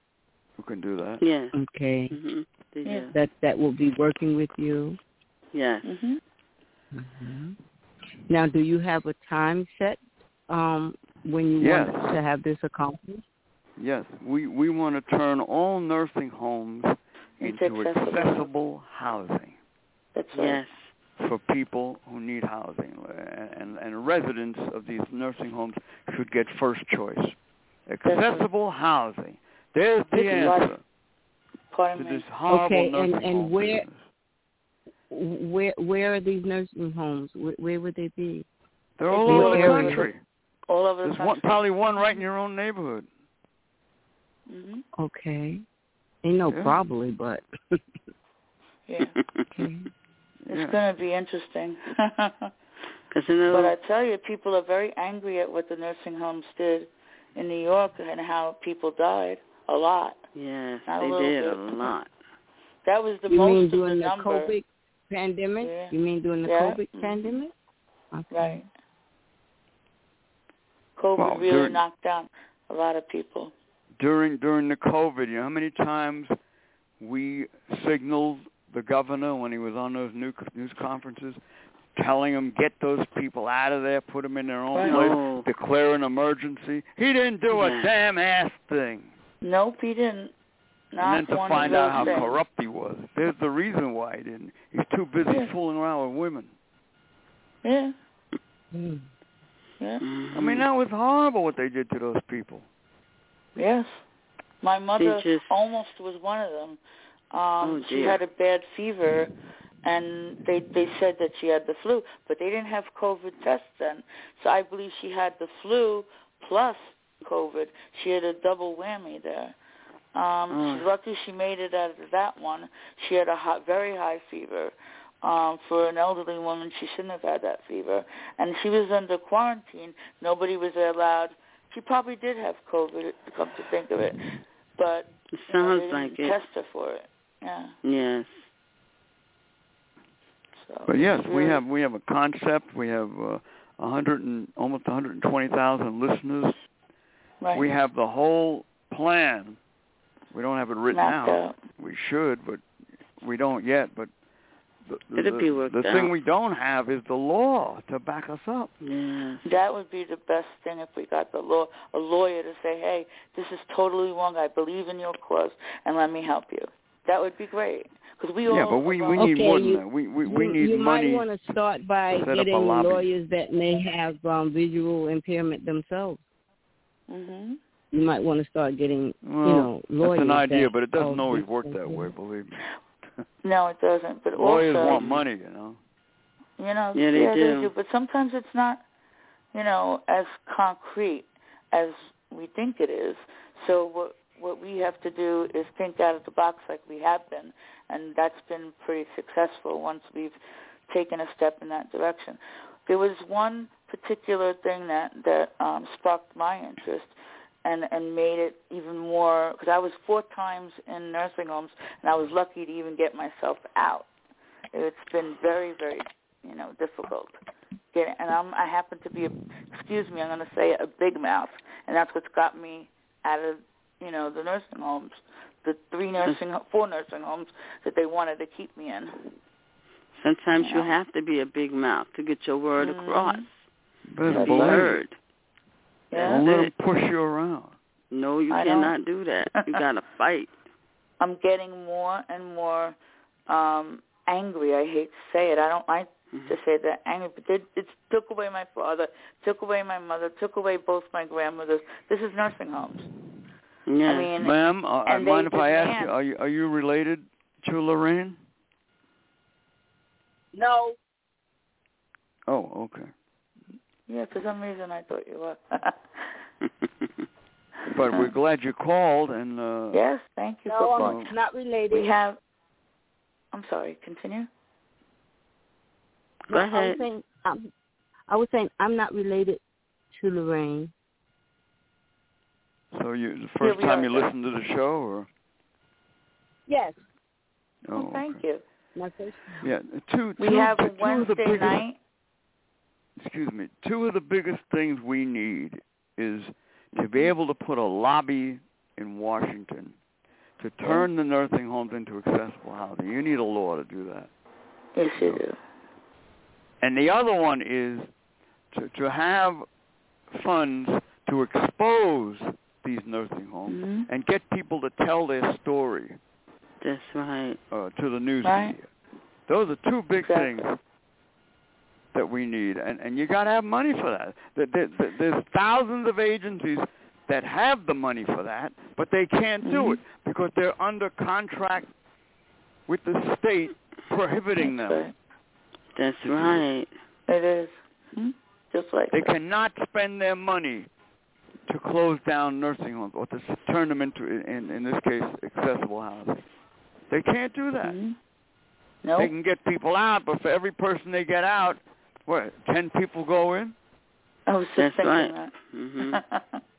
S5: Who can do that?
S2: Yeah.
S7: okay
S2: Mhm. They
S3: Yeah.
S2: do.
S7: that that will be working with you
S2: Yes.
S7: Mm-hmm.
S3: hmm
S7: now do you have a time set um when you
S5: Yes.
S7: want to have this accomplished
S5: Yes, we we want to turn all nursing homes
S3: It's
S5: into
S3: accessible.
S5: accessible housing
S3: That's right.
S2: Yes.
S5: for people who need housing, and and residents of these nursing homes should get first choice. Accessible housing. There's the
S3: Good luck,
S5: answer to
S3: Pardon me.
S5: this horrible
S7: Okay, and-
S5: nursing
S7: and
S5: home
S7: where-
S5: business.
S7: where where are these nursing homes where, where would they be
S5: They're all
S7: What
S5: over the
S7: area?
S5: country.
S3: All over the
S5: There's one,
S3: country.
S5: probably one right in your own neighborhood.
S3: hmm
S7: Mm-hmm. okay ain't no
S5: Yeah.
S7: probably but
S3: Yeah.
S7: okay
S3: Mm-hmm.
S5: Yeah.
S3: It's going to be interesting.
S2: Because you know,
S3: But I tell you, people are very angry at what the nursing homes did in New York and how people died a lot.
S2: yes,
S3: Not a
S2: they
S3: little
S2: did
S3: bit.
S2: a lot.
S3: That was the
S7: you
S3: most
S7: mean
S3: of the
S7: during the,
S3: number.
S7: COVID pandemic?
S3: Yeah.
S7: You mean during the
S3: Yeah.
S7: COVID
S3: Mhm.
S7: pandemic? Okay.
S3: Right. COVID
S5: Well,
S3: really
S5: during-
S3: knocked down a lot of people.
S5: during during the COVID. You know how many times we signaled the governor when he was on those new, news conferences, telling him get those people out of there, put them in their own
S3: Right.
S5: place,
S2: No.
S5: declare an emergency. He didn't do a
S2: Yeah.
S5: damn ass thing.
S3: Nope, he didn't. Not
S5: and then to
S3: one
S5: find
S3: of
S5: out
S3: those
S5: how
S3: things.
S5: corrupt he was. There's the reason why he didn't. He's too busy
S3: Yeah.
S5: fooling around with women.
S3: Yeah,
S7: Mm.
S3: yeah, Mm.
S5: I
S2: Mm-hmm.
S5: mean, that was horrible what they did to those people.
S3: yes. My mother
S2: just-
S3: almost was one of them. Um,
S2: Oh,
S3: she
S2: dear.
S3: had a bad fever, and they they said that she had the flu, but they didn't have COVID tests then. So I believe she had the flu plus COVID. She had a double whammy there. Um,
S2: Oh.
S3: She's lucky she made it out of that one. She had a hot, very high fever. Um, for an elderly woman, she shouldn't have had that fever, and she was under quarantine. Nobody was allowed. She probably did have COVID. Come to think of it, but you
S2: it
S3: know,
S2: sounds
S3: they didn't
S2: like it.
S3: test her for it. Yeah.
S2: Yes.
S3: So.
S5: But yes,
S3: it's
S5: we
S3: really-
S5: have we have a concept. We have uh, 100 and almost 120,000 listeners.
S3: Right.
S5: We have the whole plan. We don't have it written
S3: Mapped
S5: out. We should, but we don't yet. But the, the,
S2: It'll be worked
S5: the thing
S2: out.
S5: we don't have is the law to back us up.
S2: Yes.
S3: That would be the best thing if we got the law, a lawyer to say, "Hey, this is totally wrong. I believe in your cause, and let me help you." That would be great because we all.
S5: yeah, but we we
S3: well,
S5: need
S7: Okay,
S5: more than
S7: you-
S5: that. We we, we
S7: you,
S5: need
S7: you
S5: money.
S7: might want to start by
S5: to set up a
S7: getting
S5: lobby.
S7: lawyers that may have um, visual impairment themselves.
S3: Mhm.
S2: Mm-hmm.
S7: You might want to start getting,
S5: well,
S7: you know, lawyers.
S5: that's an idea,
S7: that-
S5: but it doesn't
S7: oh,
S5: always
S7: this
S5: work
S7: is-
S5: that way. Believe me.
S3: No, it doesn't. But
S5: Lawyers
S3: also,
S5: want money, you know.
S3: you know,
S2: Yeah, they do.
S3: But sometimes it's not, you know, as concrete as we think it is. So what what we have to do is think out of the box like we have been, and that's been pretty successful once we've taken a step in that direction. There was one particular thing that that um, sparked my interest. And and made it even more because I was four times in nursing homes and I was lucky to even get myself out. It's been very very you know, difficult. Get and I'm I happen to be a, excuse me, I'm gonna say a big mouth and that's what's got me out of, you know, the nursing homes. The three nursing four nursing homes that they wanted to keep me in.
S2: Sometimes you
S3: Yeah.
S2: have to be a big mouth to get your word
S3: Mhm.
S2: across.
S5: Better
S2: To
S3: That's
S2: be
S5: believe it.
S2: heard.
S3: Yeah.
S5: Don't let 'em push you around.
S2: No, you
S3: I know.
S2: cannot do that. You gotta fight.
S3: I'm getting more and more um angry. I hate to say it. I don't like to say that angry, but it, it took away my father, took away my mother, took away both my grandmothers. This is nursing homes.
S2: Yes.
S3: I mean,
S5: Ma'am, uh, I
S3: and they
S5: mind if I ask
S3: demand-
S5: you, are you are you related to Lorraine?
S3: no,
S5: Oh, okay.
S3: Yeah, for some reason I thought you were.
S5: But we're glad you called, and uh,
S3: Yes, thank you for
S5: I'm-
S3: calling.
S5: calling.
S7: not related.
S3: We have. I'm sorry. Continue.
S2: Go
S7: I was
S2: ahead.
S7: saying, um, I was saying I'm not related to Lorraine.
S5: so you the first
S3: we
S5: time
S3: are,
S5: you
S3: sir.
S5: listened to the show, or
S7: Yes.
S5: oh,
S3: well, thank
S5: okay.
S3: you.
S7: My first.
S5: Yeah, two
S3: We
S5: two,
S3: have
S5: two of the
S3: Wednesday
S5: biggest
S3: night.
S5: excuse me, two of the biggest things we need is to be able to put a lobby in Washington to turn the nursing homes into accessible housing. You need a law to do that.
S3: Yes, you do.
S5: And the other one is to, to have funds to expose these nursing homes
S3: Mhm.
S5: and get people to tell their story
S2: That's right.
S5: uh, to the news
S3: Right.
S5: media. Those are two big
S3: Exactly.
S5: things that we need, and and you got to have money for that. There- there- there- There's thousands of agencies that have the money for that, but they can't do
S3: Mhm.
S5: it because they're under contract with the state prohibiting
S3: That's
S5: them.
S2: That's
S3: mm-hmm.
S5: Mhm.
S2: right.
S3: right. It is. Mhm. Just like
S5: Hmm? They
S3: that.
S5: cannot spend their money to close down nursing homes or to s- turn them into, in, in this case, accessible housing. They can't do that.
S3: Mhm. No.
S5: They can get people out, but for every person they get out, what, 10 people go in?
S3: I was just
S2: That's
S3: thinking
S2: right.
S3: that.
S2: hmm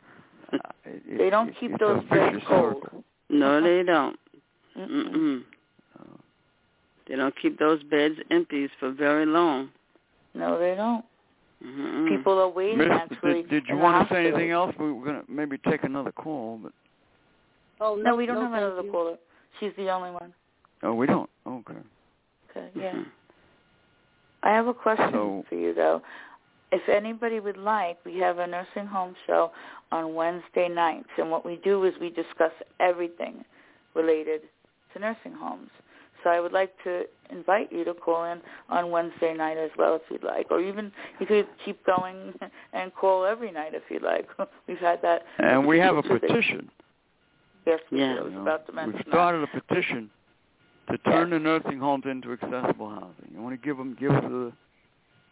S5: Uh, it-
S3: They don't
S5: it-
S3: keep
S5: it's
S3: those
S5: a
S3: very
S5: vicious
S3: cold.
S5: circle.
S2: No, they don't.
S3: Mm-mm.
S2: Mm-mm.
S5: Uh,
S2: They don't keep those beds empties for very long.
S3: No, they don't.
S2: Mm-mm.
S3: People are waiting
S5: Hmm. Miss,
S3: actually.
S5: Uh, did, did you
S3: in the
S5: want to say
S3: hospital.
S5: anything else? We were gonna maybe take another call, but
S7: Oh
S3: No, we don't have
S7: thank
S3: another
S7: you.
S3: caller. She's the only one.
S5: oh, we don't. Okay.
S3: Okay.
S5: Mm-hmm.
S3: Yeah.
S2: Mhm.
S3: I have a question
S5: So-
S3: for you though. If anybody would like, we have a nursing home show on Wednesday nights, and what we do is we discuss everything related to nursing homes. So I would like to invite you to call in on Wednesday night as well if you'd like, or even you could keep going and call every night if you'd like. We've had that.
S5: And we have a
S3: Tuesday.
S5: petition.
S3: Yes, we
S2: Yeah.
S3: do. I was
S5: you know.
S3: about to mention
S5: We've
S3: that.
S5: started a petition to turn the nursing homes into accessible housing. You want to give them give us the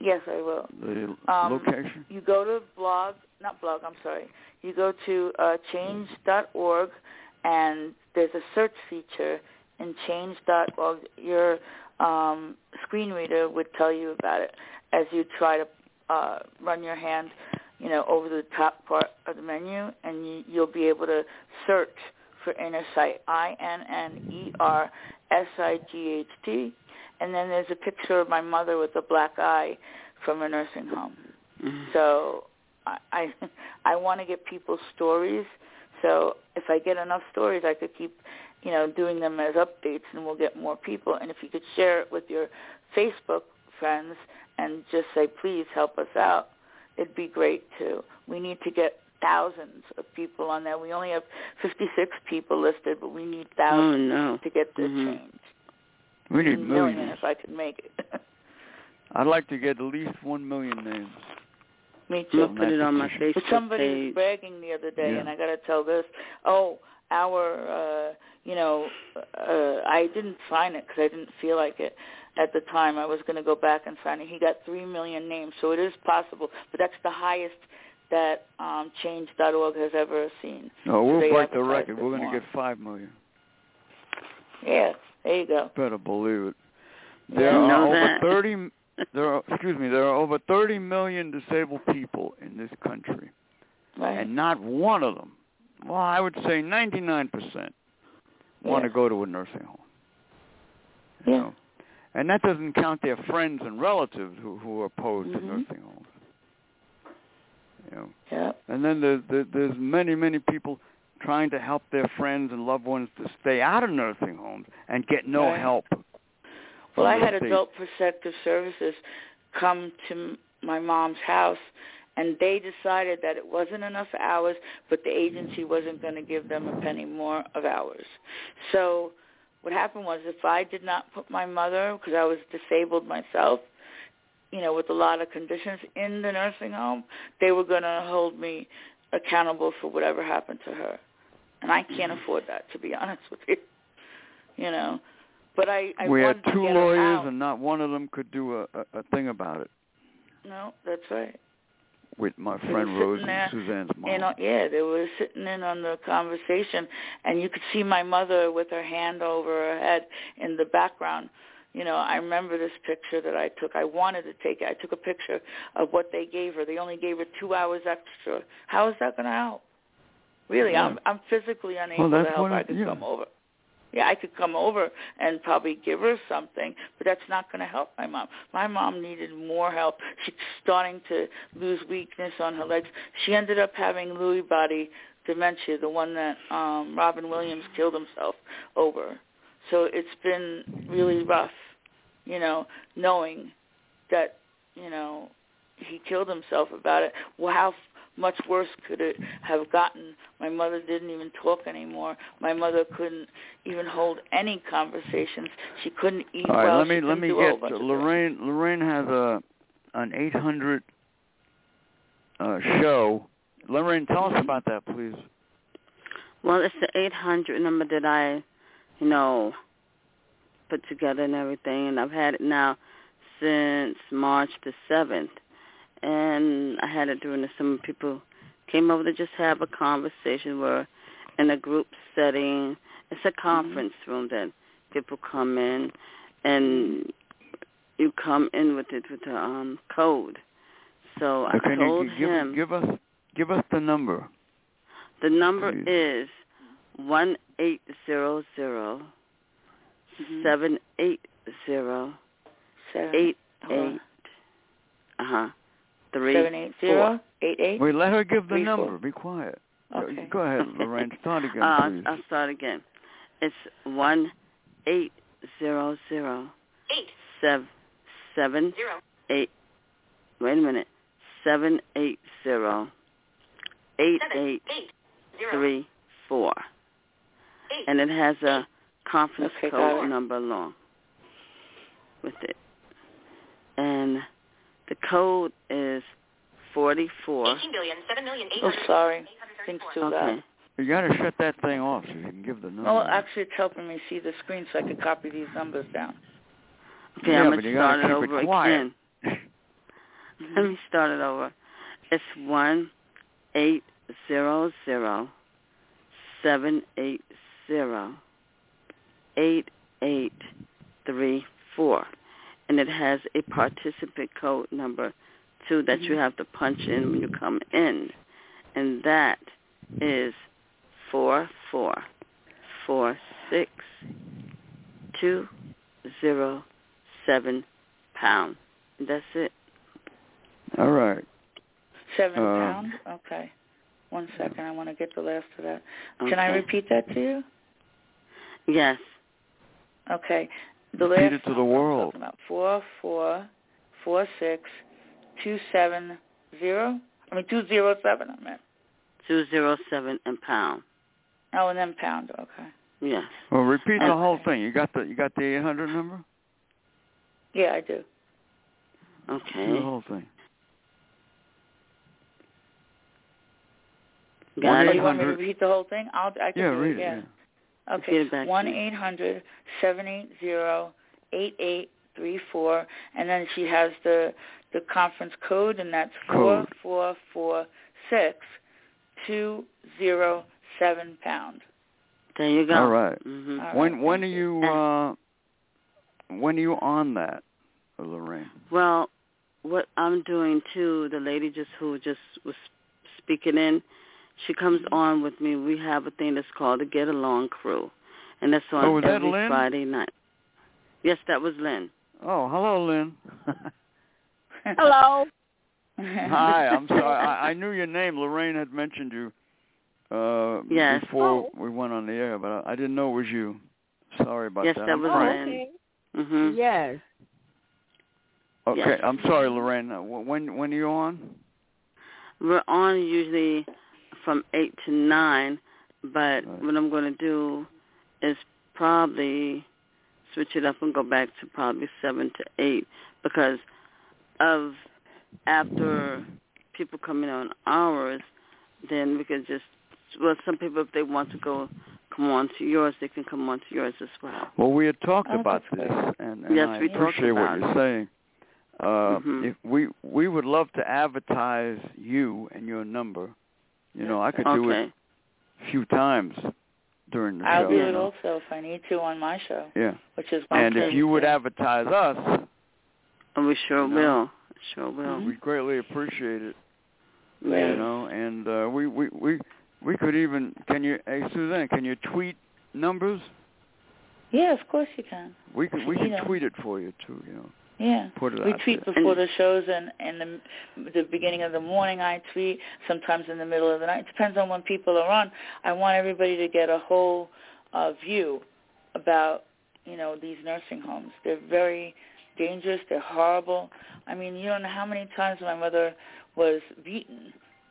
S3: Yes, I will.
S5: the
S3: Um,
S5: location?
S3: you go to blog, not blog, I'm sorry. You go to uh, change.org and there's a search feature in change.org. Your um, screen reader would tell you about it as you try to uh, run your hand, you know, over the top part of the menu and you, you'll be able to search for inner sight, E I-N-N-E-R-S-I-G-H-T. And then there's a picture of my mother with a black eye from a nursing home.
S2: Mhm.
S3: So I I, I want to get people's stories. So if I get enough stories, I could keep, you know, doing them as updates, and we'll get more people. And if you could share it with your Facebook friends and just say, please help us out, it'd be great too. We need to get thousands of people on there. We only have 56 people listed, but we need
S2: Oh
S3: thousands
S2: no.
S3: to get this
S2: Mhm.
S3: change.
S5: Mm. Mm-hmm. We
S3: A
S5: need
S3: million
S5: millions.
S3: if I could make it.
S5: I'd like to get at least one million names.
S3: Me
S2: I'm
S3: too.
S2: gonna put it on my
S5: Petition.
S3: But
S2: Facebook
S3: somebody was
S2: page.
S3: bragging the other day,
S5: Yeah.
S3: and I got to tell this. Oh, our, uh, you know, uh, I didn't sign it because I didn't feel like it at the time. I was going to go back and sign it. He got three million names, so it is possible. But that's the highest that um, Change.org has ever seen.
S5: No, we'll
S3: They
S5: break the
S3: advertised
S5: record.
S3: it
S5: We're going
S3: more.
S5: to get five million.
S3: Yeah, there you go.
S5: Better believe it.
S3: Yeah,
S5: There
S2: I
S5: are
S2: know
S5: over
S2: that.
S5: 30 there are, excuse me, there are over 30 million disabled people in this country
S3: Right.
S5: and not one of them, well, I would say 99% want to
S3: Yeah.
S5: go to a nursing home. You
S3: Yeah.
S5: know? And that doesn't count their friends and relatives who who are opposed
S3: Mhm.
S5: to nursing homes. You know.
S3: Yeah.
S5: And then there's there, there's many many people trying to help their friends and loved ones to stay out of nursing homes and get no
S3: Right.
S5: help.
S3: Well, I
S5: from the
S3: had
S5: state.
S3: Adult Protective Services come to m- my mom's house, and they decided that it wasn't enough hours, but the agency wasn't going to give them a penny more of hours. So what happened was if I did not put my mother, because I was disabled myself, you know, with a lot of conditions in the nursing home, they were going to hold me accountable for whatever happened to her. And I can't
S5: Mm-hmm.
S3: afford that, to be honest with you. You know, but I, I
S5: we had
S3: wanted to
S5: two
S3: get her
S5: lawyers
S3: out.
S5: and not one of them could do a, a, a thing about it.
S3: No, that's right.
S5: with my
S3: were
S5: friend
S3: sitting
S5: Rose
S3: there
S5: and Suzanne's mom.
S3: And uh, yeah, they were sitting in on the conversation, and you could see my mother with her hand over her head in the background. You know, I remember this picture that I took. I wanted to take it. I took a picture of what they gave her. They only gave her two hours extra. How is that going to help? Really,
S5: Yeah.
S3: I'm I'm physically unable
S5: that's
S3: to help.
S5: what I-
S3: I could
S5: yeah.
S3: come over. Yeah, I could come over and probably give her something, but that's not going to help my mom. My mom needed more help. She's starting to lose weakness on her legs. She ended up having Lewy body dementia, the one that um Robin Williams killed himself over. So it's been really rough, you know, knowing that, you know, he killed himself about it. Well, how f- much worse could it have gotten? My mother didn't even talk anymore. My mother couldn't even hold any conversations. She couldn't eat
S5: All right,
S3: well.
S5: let
S3: She
S5: me let
S3: couldn't
S5: me
S3: do a whole
S5: get
S3: bunch of things.
S5: Lorraine. Lorraine has a an 800 uh, show. Lorraine, tell
S3: Mm-hmm.
S5: us about that, please.
S2: Well, it's the 800 number that I, you know, put together and everything, and I've had it now since March the 7th. And I had it during the summer. People came over to just have a conversation. We're in a group setting. It's
S5: Mm-hmm.
S2: a conference room that people come in, and you come in with it with the um, code. So I
S5: Can
S2: told
S5: you give,
S2: him
S5: give us give us the number?
S2: the number
S5: Please.
S2: is one eight zero zero
S3: Mhm.
S2: seven eight zero
S3: Seven,
S2: eight
S3: hold on.
S2: eight. Uh huh. Three.
S3: Seven eight zero eight eight.
S5: Wait, let her give the
S3: Three, four.
S5: number. Be quiet. Go-
S3: Okay.
S5: Go ahead, Lorraine. Start again,
S2: Uh, I'll-
S5: please.
S2: I'll start again. It's one eight zero zero
S8: Eight
S2: seven seven
S8: zero
S2: eight. Wait a minute. Seven eight zero eight
S8: seven
S2: eight
S8: eight zero
S2: three four,
S8: eight.
S2: and it has a conference
S3: Okay, got
S2: code
S3: it.
S2: number along with it, and the code is forty four.
S8: Eighteen billion seven million eight
S3: Oh,
S8: hundred
S3: sorry.
S8: eight hundred thirty
S3: Things
S8: four.
S3: too loud.
S2: Okay.
S5: You got to shut that thing off so you can give the number.
S3: No, actually, it's helping me see the screen so I can copy these numbers down.
S2: Okay,
S5: Yeah,
S2: I'm
S5: but
S2: gonna
S5: you gotta
S2: start it
S5: keep it
S2: over
S5: quiet.
S2: again. Let
S3: Mm-hmm.
S2: me start it over. It's one eight zero zero seven eight zero eight eight three four, and it has a participant code number two that
S3: Mm-hmm.
S2: you have to punch in when you come in, and that is four four four six two zero seven pound. That's it.
S5: All right.
S3: Seven
S5: Um,
S3: pound? Okay. One second. I want to get the last of that.
S2: Okay.
S3: Can I repeat that to you?
S2: Yes.
S3: Okay. The
S5: Repeat
S3: last
S5: it to the
S3: number I'm
S5: world.
S3: talking About four four four six two seven zero. I mean two zero seven. I meant.
S2: Two zero seven and pound.
S3: Oh, and then pound. Okay.
S2: Yes.
S5: Well, repeat the
S3: Okay.
S5: whole thing. You got the you got the 800 number.
S3: Yeah, I do.
S5: Do the
S2: Okay.
S5: whole thing.
S2: Got
S3: Oh,
S2: it.
S3: you want me to
S5: 1-800.
S3: repeat the whole thing? I'll. I can
S5: Yeah,
S3: do
S5: read
S3: it.
S5: it. Yeah.
S2: Get
S3: Okay.
S2: it back to
S3: One
S2: me.
S3: eight hundred seven eight zero eight eight three four, and then she has the the conference code, and that's four
S5: Code.
S3: four four six two zero seven pound.
S2: There you go.
S5: All right.
S2: Mm-hmm.
S3: All
S5: When
S3: right,
S5: when are
S3: thank
S5: you uh,
S2: And-
S5: when are you on that, Lorraine?
S2: Well, what I'm doing too, the lady just who just was speaking in, she comes
S5: Mm-hmm.
S2: on with me. We have a thing that's called the Get Along Crew, and that's on
S5: Oh, was that
S2: every
S5: Lynn?
S2: Friday night. Yes, that was Lynn.
S5: Oh, hello, Lynn.
S8: Hello.
S5: Hi. I'm sorry. I, I knew your name. Lorraine had mentioned you uh,
S2: Yes.
S5: before
S8: Oh.
S5: we went on the air, but I, I didn't know it was you. Sorry about
S2: Yes,
S5: that.
S2: that
S5: I'm
S2: was
S5: sorry.
S2: Lynn.
S3: Hmm?
S2: Mm-hmm.
S7: Yes.
S5: Okay,
S2: Yes.
S5: I'm sorry, Lorraine. Uh, wh- When when are you on?
S2: We're on usually from eight to nine, but
S5: Right.
S2: what I'm going to do is probably switch it up and go back to probably seven to eight because of after people come in on hours, then we can just well some people if they want to go come on to yours, they can come on to yours as well.
S5: Well, we had talked
S3: Oh,
S5: about
S3: that's
S5: this,
S3: good.
S5: and, and
S2: Yes,
S5: I
S2: we talked
S5: appreciate what
S2: about
S5: you're saying. Uh,
S2: Mhm.
S5: if we we would love to advertise you and your number. You know, I could do it
S2: Okay.
S5: a few times during the
S3: I'll
S5: show.
S3: do
S5: you
S3: it
S5: know.
S3: also if I need to on my show,
S5: Yeah.
S3: which is my
S5: And if
S3: thing.
S5: you would advertise us,
S2: And we sure
S5: No.
S2: will. Sure will.
S5: we greatly appreciate it. You
S3: Right.
S5: know, and uh, we we we we could even can you hey Suzanne can you tweet numbers?
S3: Yeah, of course you can.
S5: We could we could
S3: Yeah.
S5: tweet it for you too. You know,
S3: Yeah.
S5: put it
S3: We
S5: out
S3: tweet
S5: there.
S3: before the shows and and the the beginning of the morning. I tweet sometimes in the middle of the night. Depends on when people are on. I want everybody to get a whole uh, view about you know these nursing homes. They're very dangerous. They're horrible. I mean, you don't know how many times my mother was beaten.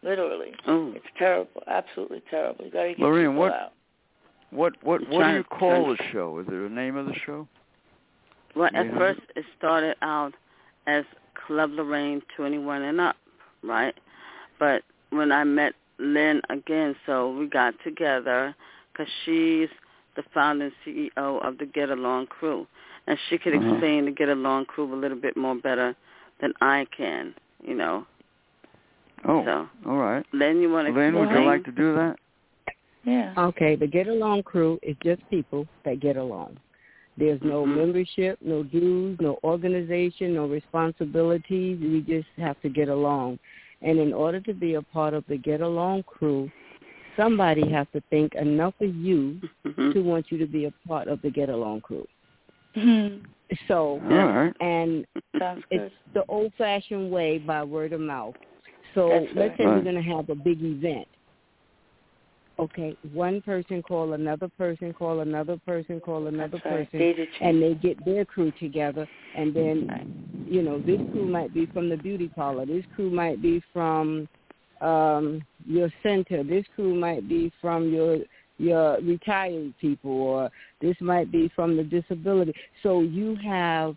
S3: Literally,
S2: Oh,
S3: it's terrible. Absolutely terrible. You got to get
S5: Lorraine,
S3: people
S5: what-
S3: out.
S5: What what
S2: I'm
S5: what do
S2: trying
S5: you
S2: to-
S5: call
S2: trying-
S5: the show? Is there a name of the show?
S2: well, at
S5: Yeah.
S2: first it started out as Club Lorraine 21 and up, right? But when I met Lynn again, so we got together because she's the founder and CEO of the Get Along Crew, and she could
S5: Uh-huh.
S2: explain the Get Along Crew a little bit more better than I can, you know.
S5: Oh,
S2: So
S5: all right.
S2: Lynn, you want to
S5: Lynn, would you
S3: Lorraine?
S5: like to do that?
S3: Yeah.
S7: Okay, the Get Along crew is just people that get along. There's no
S2: Mhm.
S7: membership, no dues, no organization, no responsibilities. We just have to get along. And in order to be a part of the Get Along crew, somebody has to think enough of you
S2: Mm-hmm.
S7: to want you to be a part of the Get Along crew.
S5: All
S7: So,
S5: right.
S7: and
S3: Sounds good.
S7: it's the old fashioned way by word of mouth. So
S3: That's
S7: let's
S3: right.
S7: say
S5: Right.
S7: we're going to have a big event. Okay, one person call another person, call another person, call another
S3: That's right.
S7: person,
S3: Data change.
S7: and they get their crew together. And then, you know, this crew might be from the beauty parlor. This crew might be from um, your center. This crew might be from your your retired people, or this might be from the disability. So you have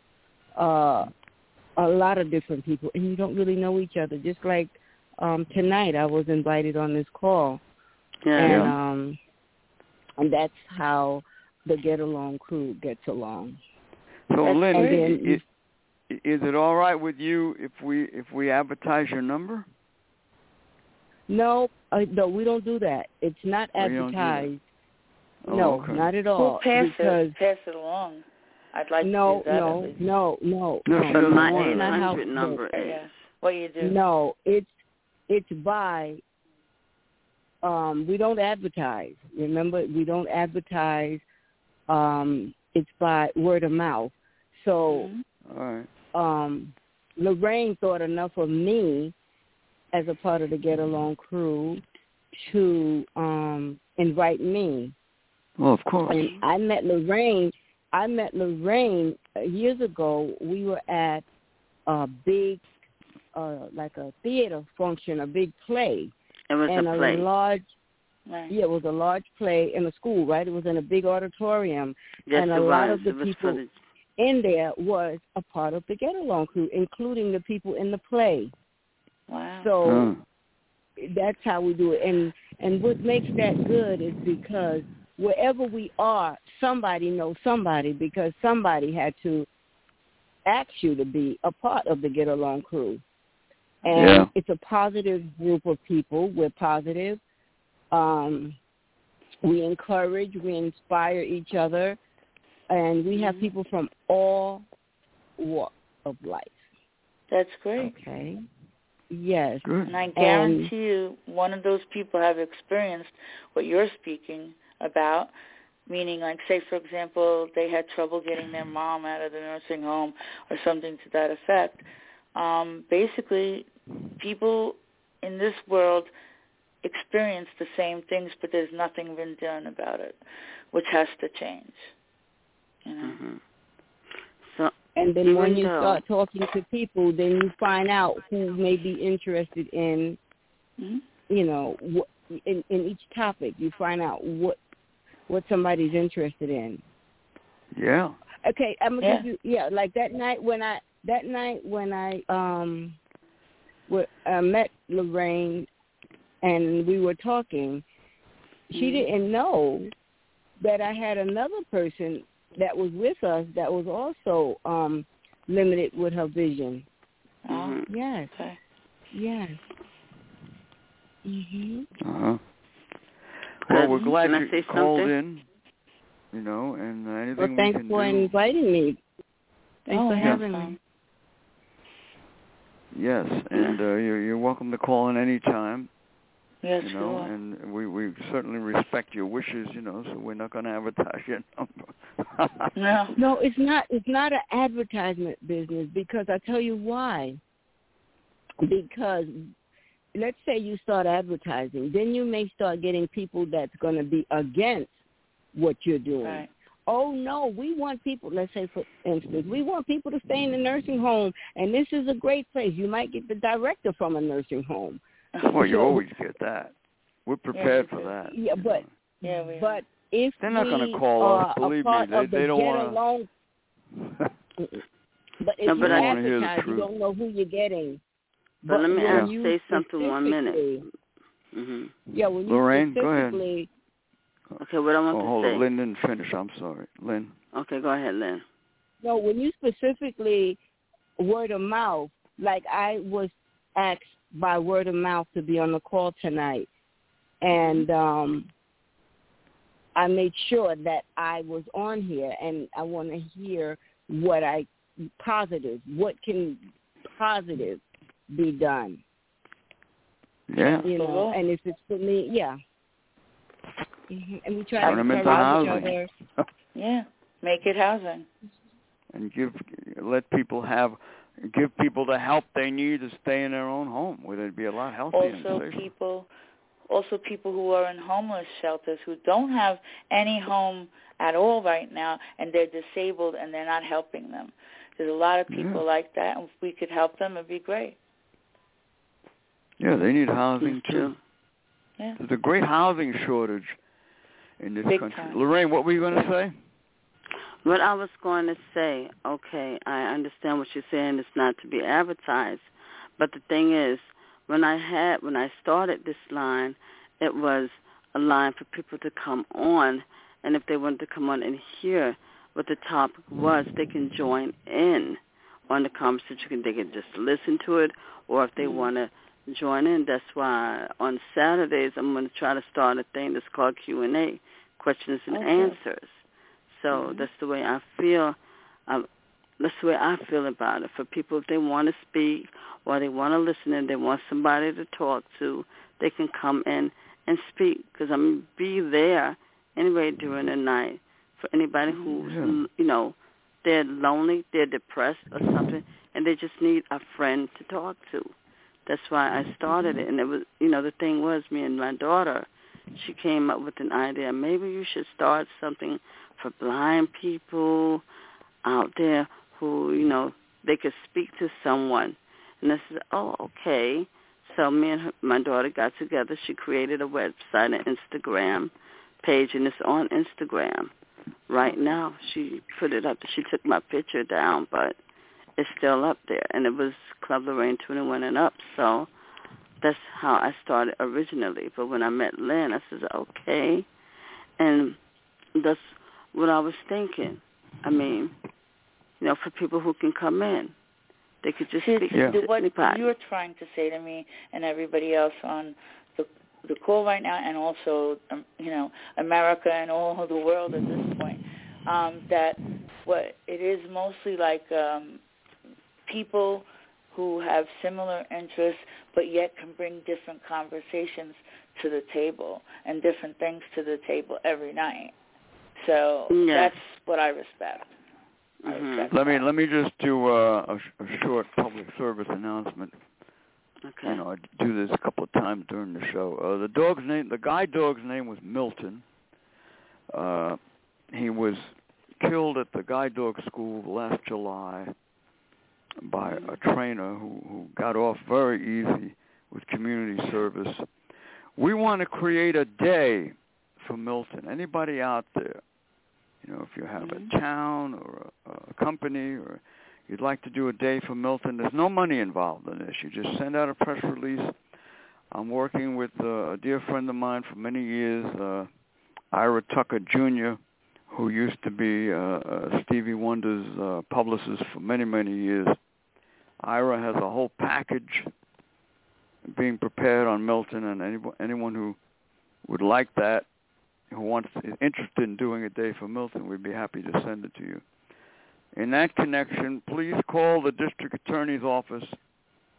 S7: uh, a lot of different people, and you don't really know each other. Just like um, tonight, I was invited on this call, and
S2: yeah.
S7: um, and that's how the get along crew gets along.
S5: So
S3: That's
S5: Lynn,
S7: great.
S5: i- i- i- is it all right with you if we if we advertise your number?
S7: No, uh, no, we don't do that. It's not
S5: Oh, you don't do that?
S7: advertised.
S5: Oh,
S7: no,
S5: okay.
S7: not at
S3: Well,
S7: all.
S3: pass
S7: because
S3: it, pass it along. I'd like
S7: no,
S3: to do that at
S7: no,
S3: least.
S7: no, no,
S5: No,
S2: But
S5: she doesn't
S2: my
S5: want it.
S7: It's not how-
S2: 800 number
S3: Yeah.
S2: is.
S3: What you do?
S7: No, it's it's by um we don't advertise. Remember we don't advertise um it's by word of mouth. So
S3: Mhm.
S5: All right.
S7: um Lorraine thought enough of me as a part of the Get Along crew to um invite me.
S5: Well, of course.
S7: And I met Lorraine I met Lorraine uh, years ago. We were at a big uh like a theater function, a big play
S2: It was
S7: and
S2: a play.
S7: large
S3: Right.
S7: yeah, it was a large play in a school, right? It was in a big auditorium.
S2: yes,
S7: and
S2: it
S7: a lot
S2: was.
S7: of the
S2: it was for
S7: people-
S2: the
S7: In there was a part of the get along crew, including the people in the play.
S3: Wow.
S7: So
S2: Mm.
S5: Huh.
S7: that's how we do it. And and what makes that good is because wherever we are, somebody knows somebody because somebody had to ask you to be a part of the get along crew. And
S5: Yeah.
S7: it's a positive group of people. We're positive. Um, we encourage, we inspire each other, and we have people from all walks of life.
S3: That's great.
S7: Okay. Yes.
S5: Good.
S3: And I guarantee you one of those people have experienced what you're speaking about. Meaning, like, say, for example, they had trouble getting their mom out of the nursing home or something to that effect. Um, basically, people in this world experience the same things, but there's nothing been done about it, which has to change. You know?
S2: hmm So
S7: And then
S2: Even
S7: when you
S2: though-
S7: start talking to people, then you find out who may be interested in,
S3: hmm
S7: you know, what, in, in each topic. You find out what what somebody's interested in.
S5: Yeah.
S7: Okay, I'm gonna
S3: Yeah.
S7: give you yeah, like that night when I that night when I um w- uh, met Lorraine and we were talking, she
S3: Mhm.
S7: didn't know that I had another person that was with us that was also um limited with her vision.
S3: Oh,
S2: Mhm.
S7: Yes.
S3: Okay.
S7: Yes. Mhm.
S5: Uh-huh. Well, we're
S2: Good.
S5: glad
S2: Can I
S5: you
S2: say
S5: called
S2: something?
S5: in. You know, and uh, anything
S7: Well,
S5: we
S7: thanks
S5: can
S7: for
S5: do.
S7: inviting me. Thanks
S3: Oh,
S7: for
S3: yeah.
S7: having me.
S5: Yes, and uh, you're, you're welcome to call in any time.
S3: Yes,
S5: you
S3: you
S5: know,
S3: are.
S5: and we we certainly respect your wishes. You know, so we're not going to advertise your number.
S3: No.
S7: No, it's not. It's not an advertisement business because I tell you why. Because let's say you start advertising, then you may start getting people that's going to be against what you're doing.
S3: Right.
S7: Oh no, we want people. Let's say, for instance, we want people to stay in the nursing home, and this is a great place. You might get the director from a nursing home.
S5: well, you always get that. We're prepared
S3: you
S5: for
S3: do.
S5: that.
S7: Yeah,
S5: you
S7: but
S5: know.
S3: Yeah, we
S7: But if
S5: They're not
S7: going
S5: gonna
S7: to
S5: call
S7: are
S5: us, believe
S7: a
S5: me.
S7: part
S5: They-
S7: of the
S5: they don't
S7: get
S5: wanna-
S7: along But if
S2: No,
S7: you
S2: but I- They
S5: wanna hear the
S7: advertise, you
S5: truth.
S7: don't know who you're getting.
S2: But let me
S7: when
S2: ask,
S7: you
S2: say something one minute.
S7: specifically-
S2: hmm
S7: Yeah, when you
S5: Lorraine, go ahead.
S7: specifically,
S2: Okay, what I want
S5: oh, hold
S2: to say.
S5: on, Lynn didn't finish. I'm sorry, Lynn.
S2: Okay, go ahead, Lynn.
S7: no, when you specifically word of mouth, like I was asked by word of mouth to be on the call tonight, and um, I made sure that I was on here, and I want to hear what I positive, what can positive be done,
S5: Yeah.
S7: you know,
S3: Absolutely.
S7: and if it's for me, yeah. hmm And we try
S5: Turn
S7: to
S5: 'em into
S7: encourage each
S5: housing.
S7: other.
S3: yeah. Make it housing.
S5: and give let people have give people the help they need to stay in their own home where they'd be a lot healthier
S3: Also
S5: and safer.
S3: people also people who are in homeless shelters who don't have any home at all right now and they're disabled and they're not helping them. There's a lot of people
S5: Yeah.
S3: like that and if we could help them it'd be great.
S5: Yeah, they need housing
S2: That's
S5: too.
S2: true.
S3: Yeah.
S5: There's a great housing shortage in this
S3: Big
S5: country.
S3: time.
S5: Lorraine, what were you going to say?
S2: What I was going to say, okay, I understand what you're saying. It's not to be advertised, but the thing is, when I had when I started this line, it was a line for people to come on, and if they wanted to come on and hear what the topic was, they can join in on the conversation. They can just listen to it, or if they want to join in, that's why on Saturdays I'm going to try to start a thing that's called Q and A, questions and
S3: Okay.
S2: answers. So
S3: Mhm.
S2: that's the way I feel. Um, that's the way I feel about it. For people, if they want to speak or they want to listen and they want somebody to talk to, they can come in and speak because I'm be there anyway during the night for anybody who's
S5: Yeah.
S2: you know they're lonely, they're depressed or something, and they just need a friend to talk to. That's why I started it, and it was you know the thing was me and my daughter. She came up with an idea. Maybe you should start something for blind people out there who, you know, they could speak to someone. And I said, oh, okay. So me and her, my daughter got together. She created a website, an Instagram page, and it's on Instagram right now. She put it up. She took my picture down, but it's still up there. And it was Club Lorraine 21 and up. So that's how I started originally. But when I met Lynn, I said, okay. And that's what I was thinking. I mean, you know, for people who can come in, they could just
S3: See,
S2: speak
S5: Yeah.
S2: to
S3: the- what
S2: anybody.
S3: you're trying to say to me and everybody else on the the call right now, and also um, you know America and all the world at this point, um, that what it is mostly like um, people who have similar interests, but yet can bring different conversations to the table and different things to the table every night. So
S2: Yes.
S3: that's what I respect. I
S2: Mhm.
S3: respect
S5: Let me
S3: that.
S5: let me just do uh, a, sh- a short public service announcement.
S2: Okay.
S5: You know, I do this a couple of times during the show. Uh, the dog's name, the guide dog's name was Milton. Uh, he was killed at the guide dog school last July by a trainer who, who got off very easy with community service. We want to create a day for Milton. Anybody out there, you know, if you have
S2: Mhm.
S5: a town or a, a company or you'd like to do a day for Milton, there's no money involved in this. You just send out a press release. I'm working with uh, a dear friend of mine for many years, uh, Ira Tucker Jr., who used to be uh, uh, Stevie Wonder's uh, publicist for many, many years. Ira has a whole package being prepared on Milton, and anyone, anyone who would like that, who wants is interested in doing a day for Milton, we'd be happy to send it to you. In that connection, please call the district attorney's office.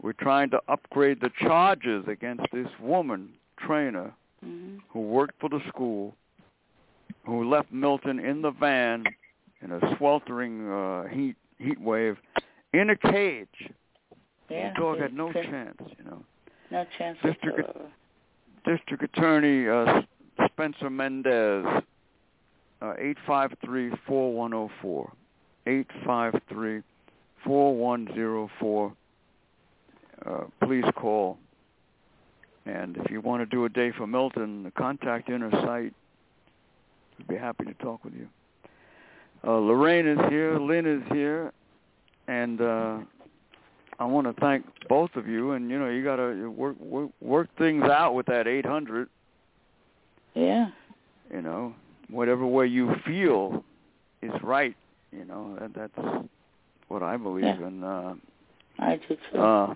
S5: We're trying to upgrade the charges against this woman trainer
S2: Mm-hmm.
S3: hmm
S5: who worked for the school, who left Milton in the van in a sweltering uh, heat heat wave in a cage.
S3: Yeah.
S5: the dog had
S3: it's
S5: no
S3: good.
S5: chance, you know.
S3: No chance
S5: Sister could-
S3: whatsoever.
S5: District Attorney uh, S- Spencer Mendez, uh, eight five three four one zero four, eight five three four one zero four. Uh, Please call. And if you want to do a day for Milton, contact Inner Sight. We'd be happy to talk with you. Uh, Lorraine is here. Lynn is here, and. Uh, I want to thank both of you, and you know you got to work, work work things out with that 800.
S3: Yeah.
S5: You know, whatever way you feel is right. You know, that, that's what I believe.
S3: Yeah.
S5: And uh,
S3: I do too.
S5: uh,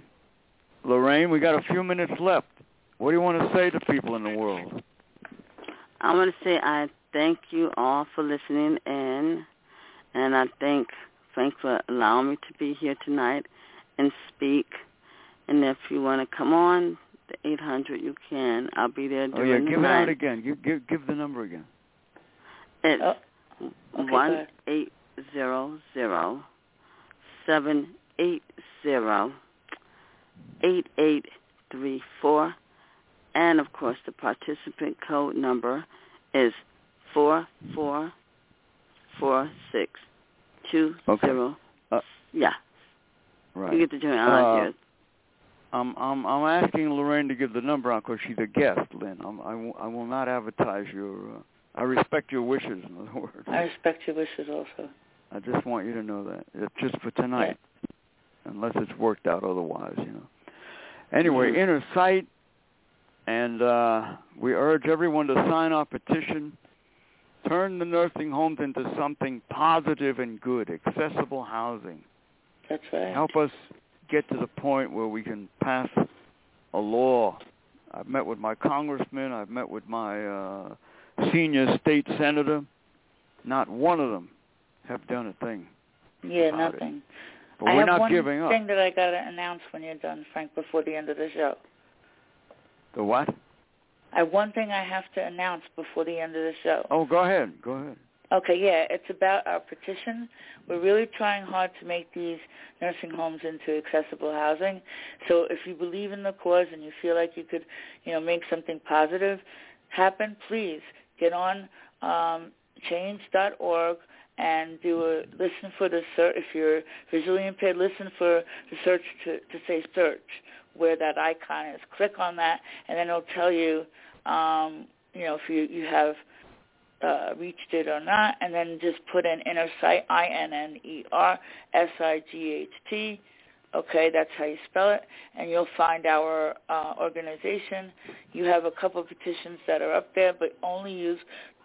S5: Lorraine, we got a few minutes left. What do you want to say to people in the world?
S2: I want to say I thank you all for listening in, and I thank Frank for allowing me to be here tonight and speak. And if you want to come on the 800, you can. I'll be there
S5: Oh
S2: during
S5: yeah,
S2: the
S5: give it
S2: night.
S5: out again. Give give give the number again.
S2: It's
S3: Oh, okay, go
S2: one
S3: ahead.
S2: eight zero zero seven eight zero eight eight three four, and of course the participant code number is four four four six two
S5: Okay.
S2: zero.
S5: Uh,
S2: yeah, you
S5: Right.
S2: get to join
S5: Uh,
S2: on here.
S5: I'm I'm I'm asking Lorraine to give the number out because she's a guest, Lynn. I'm, I w- I will not advertise your. Uh, I respect your wishes. In other words.
S3: I respect your wishes also.
S5: I just want you to know that. It's just for tonight. Unless it's worked out otherwise, you know. Anyway,
S2: Mhm.
S5: inner sight and uh we urge everyone to sign our petition. Turn the nursing homes into something positive and good, accessible housing.
S3: That's right.
S5: Help us get to the point where we can pass a law. I've met with my congressman. I've met with my uh, senior state senator. Not one of them have done a thing.
S3: Yeah,
S5: about it.
S3: nothing.
S5: But
S3: I
S5: we're
S3: have
S5: not
S3: one
S5: giving up.
S3: thing that I gotta announce when you're done, Frank, before the end of the show.
S5: The what?
S3: I have one thing I have to announce before the end of the show.
S5: Oh, go ahead. Go ahead.
S3: Okay, yeah, it's about our petition. We're really trying hard to make these nursing homes into accessible housing. So if you believe in the cause and you feel like you could, you know, make something positive happen, please get on um, change.org and do a listen for the search. If you're visually impaired, listen for the search to, to say search where that icon is. Click on that, and then it'll tell you, um, you know, if you, you have uh, reached it or not, and then just put in inner sight, E I-N-N-E-R-S-I-G-H-T. Okay, that's how you spell it, and you'll find our uh, organization. You have a couple of petitions that are up there, but only use,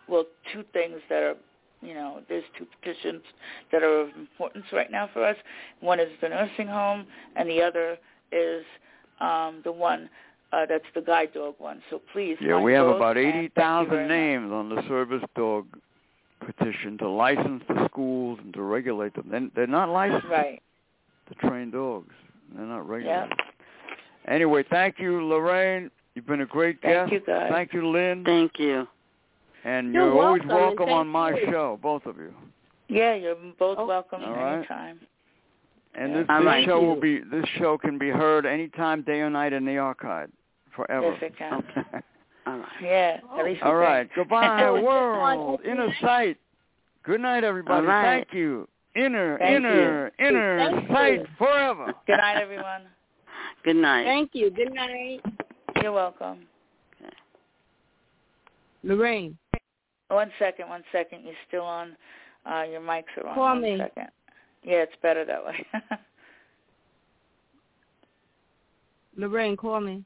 S3: well, two things that are, you know, there's two petitions that are of importance right now for us. One is the nursing home, and the other is um, the one uh, that's the guide dog one. So please.
S5: Yeah,
S3: find
S5: we have
S3: those,
S5: about
S3: and thank you very
S5: 80,000
S3: much.
S5: names on the service dog petition to license the schools and to regulate them. Then They're not licensed
S3: Right.
S5: to train dogs. They're not regulated. Anyway, thank you, Lorraine. You've been a great
S3: Thank
S5: guest.
S3: you, guys.
S5: Thank you, Lynn.
S2: Thank you.
S5: and
S7: You're
S5: you're, always
S7: welcome, and
S5: welcome on
S7: thank
S5: my
S7: you.
S5: show, both of you.
S3: Yeah, you're both
S7: Oh,
S3: welcome
S5: all right.
S3: anytime.
S5: And
S3: Yeah.
S5: this,
S2: All
S5: this
S2: right.
S5: show
S7: Thank
S5: will be
S7: you.
S5: this show can be heard anytime, day or night, in the archive forever.
S3: Yes, it can.
S2: All right.
S3: Yeah, at least.
S5: Oh. All
S3: we
S5: right.
S3: can.
S5: Goodbye,
S3: All
S5: world. Inner sight. Good night, everybody.
S2: All right.
S5: Thank you. Inner,
S3: Thank
S5: inner, inner
S7: Thank you.
S5: sight forever.
S3: Good night, everyone.
S2: Good night.
S7: Thank you. Good night.
S3: You're welcome.
S7: Lorraine,
S3: One second, one second. You're still on. Uh, your mics are on.
S7: Call
S3: One
S7: me.
S3: second. Yeah, it's better that way.
S7: Lorraine, call me.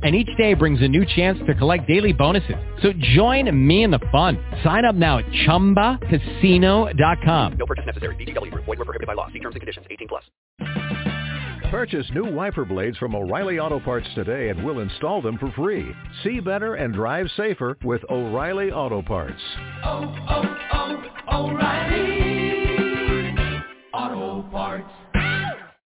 S9: And each day brings a new chance to collect daily bonuses. So join me in the fun. Sign up now at ChumbaCasino.com.
S10: Purchase new wiper blades from O'Reilly Auto Parts today and we'll install them for free. See better and drive safer with O'Reilly Auto Parts.
S11: Oh, oh, oh, O'Reilly. Auto Parts.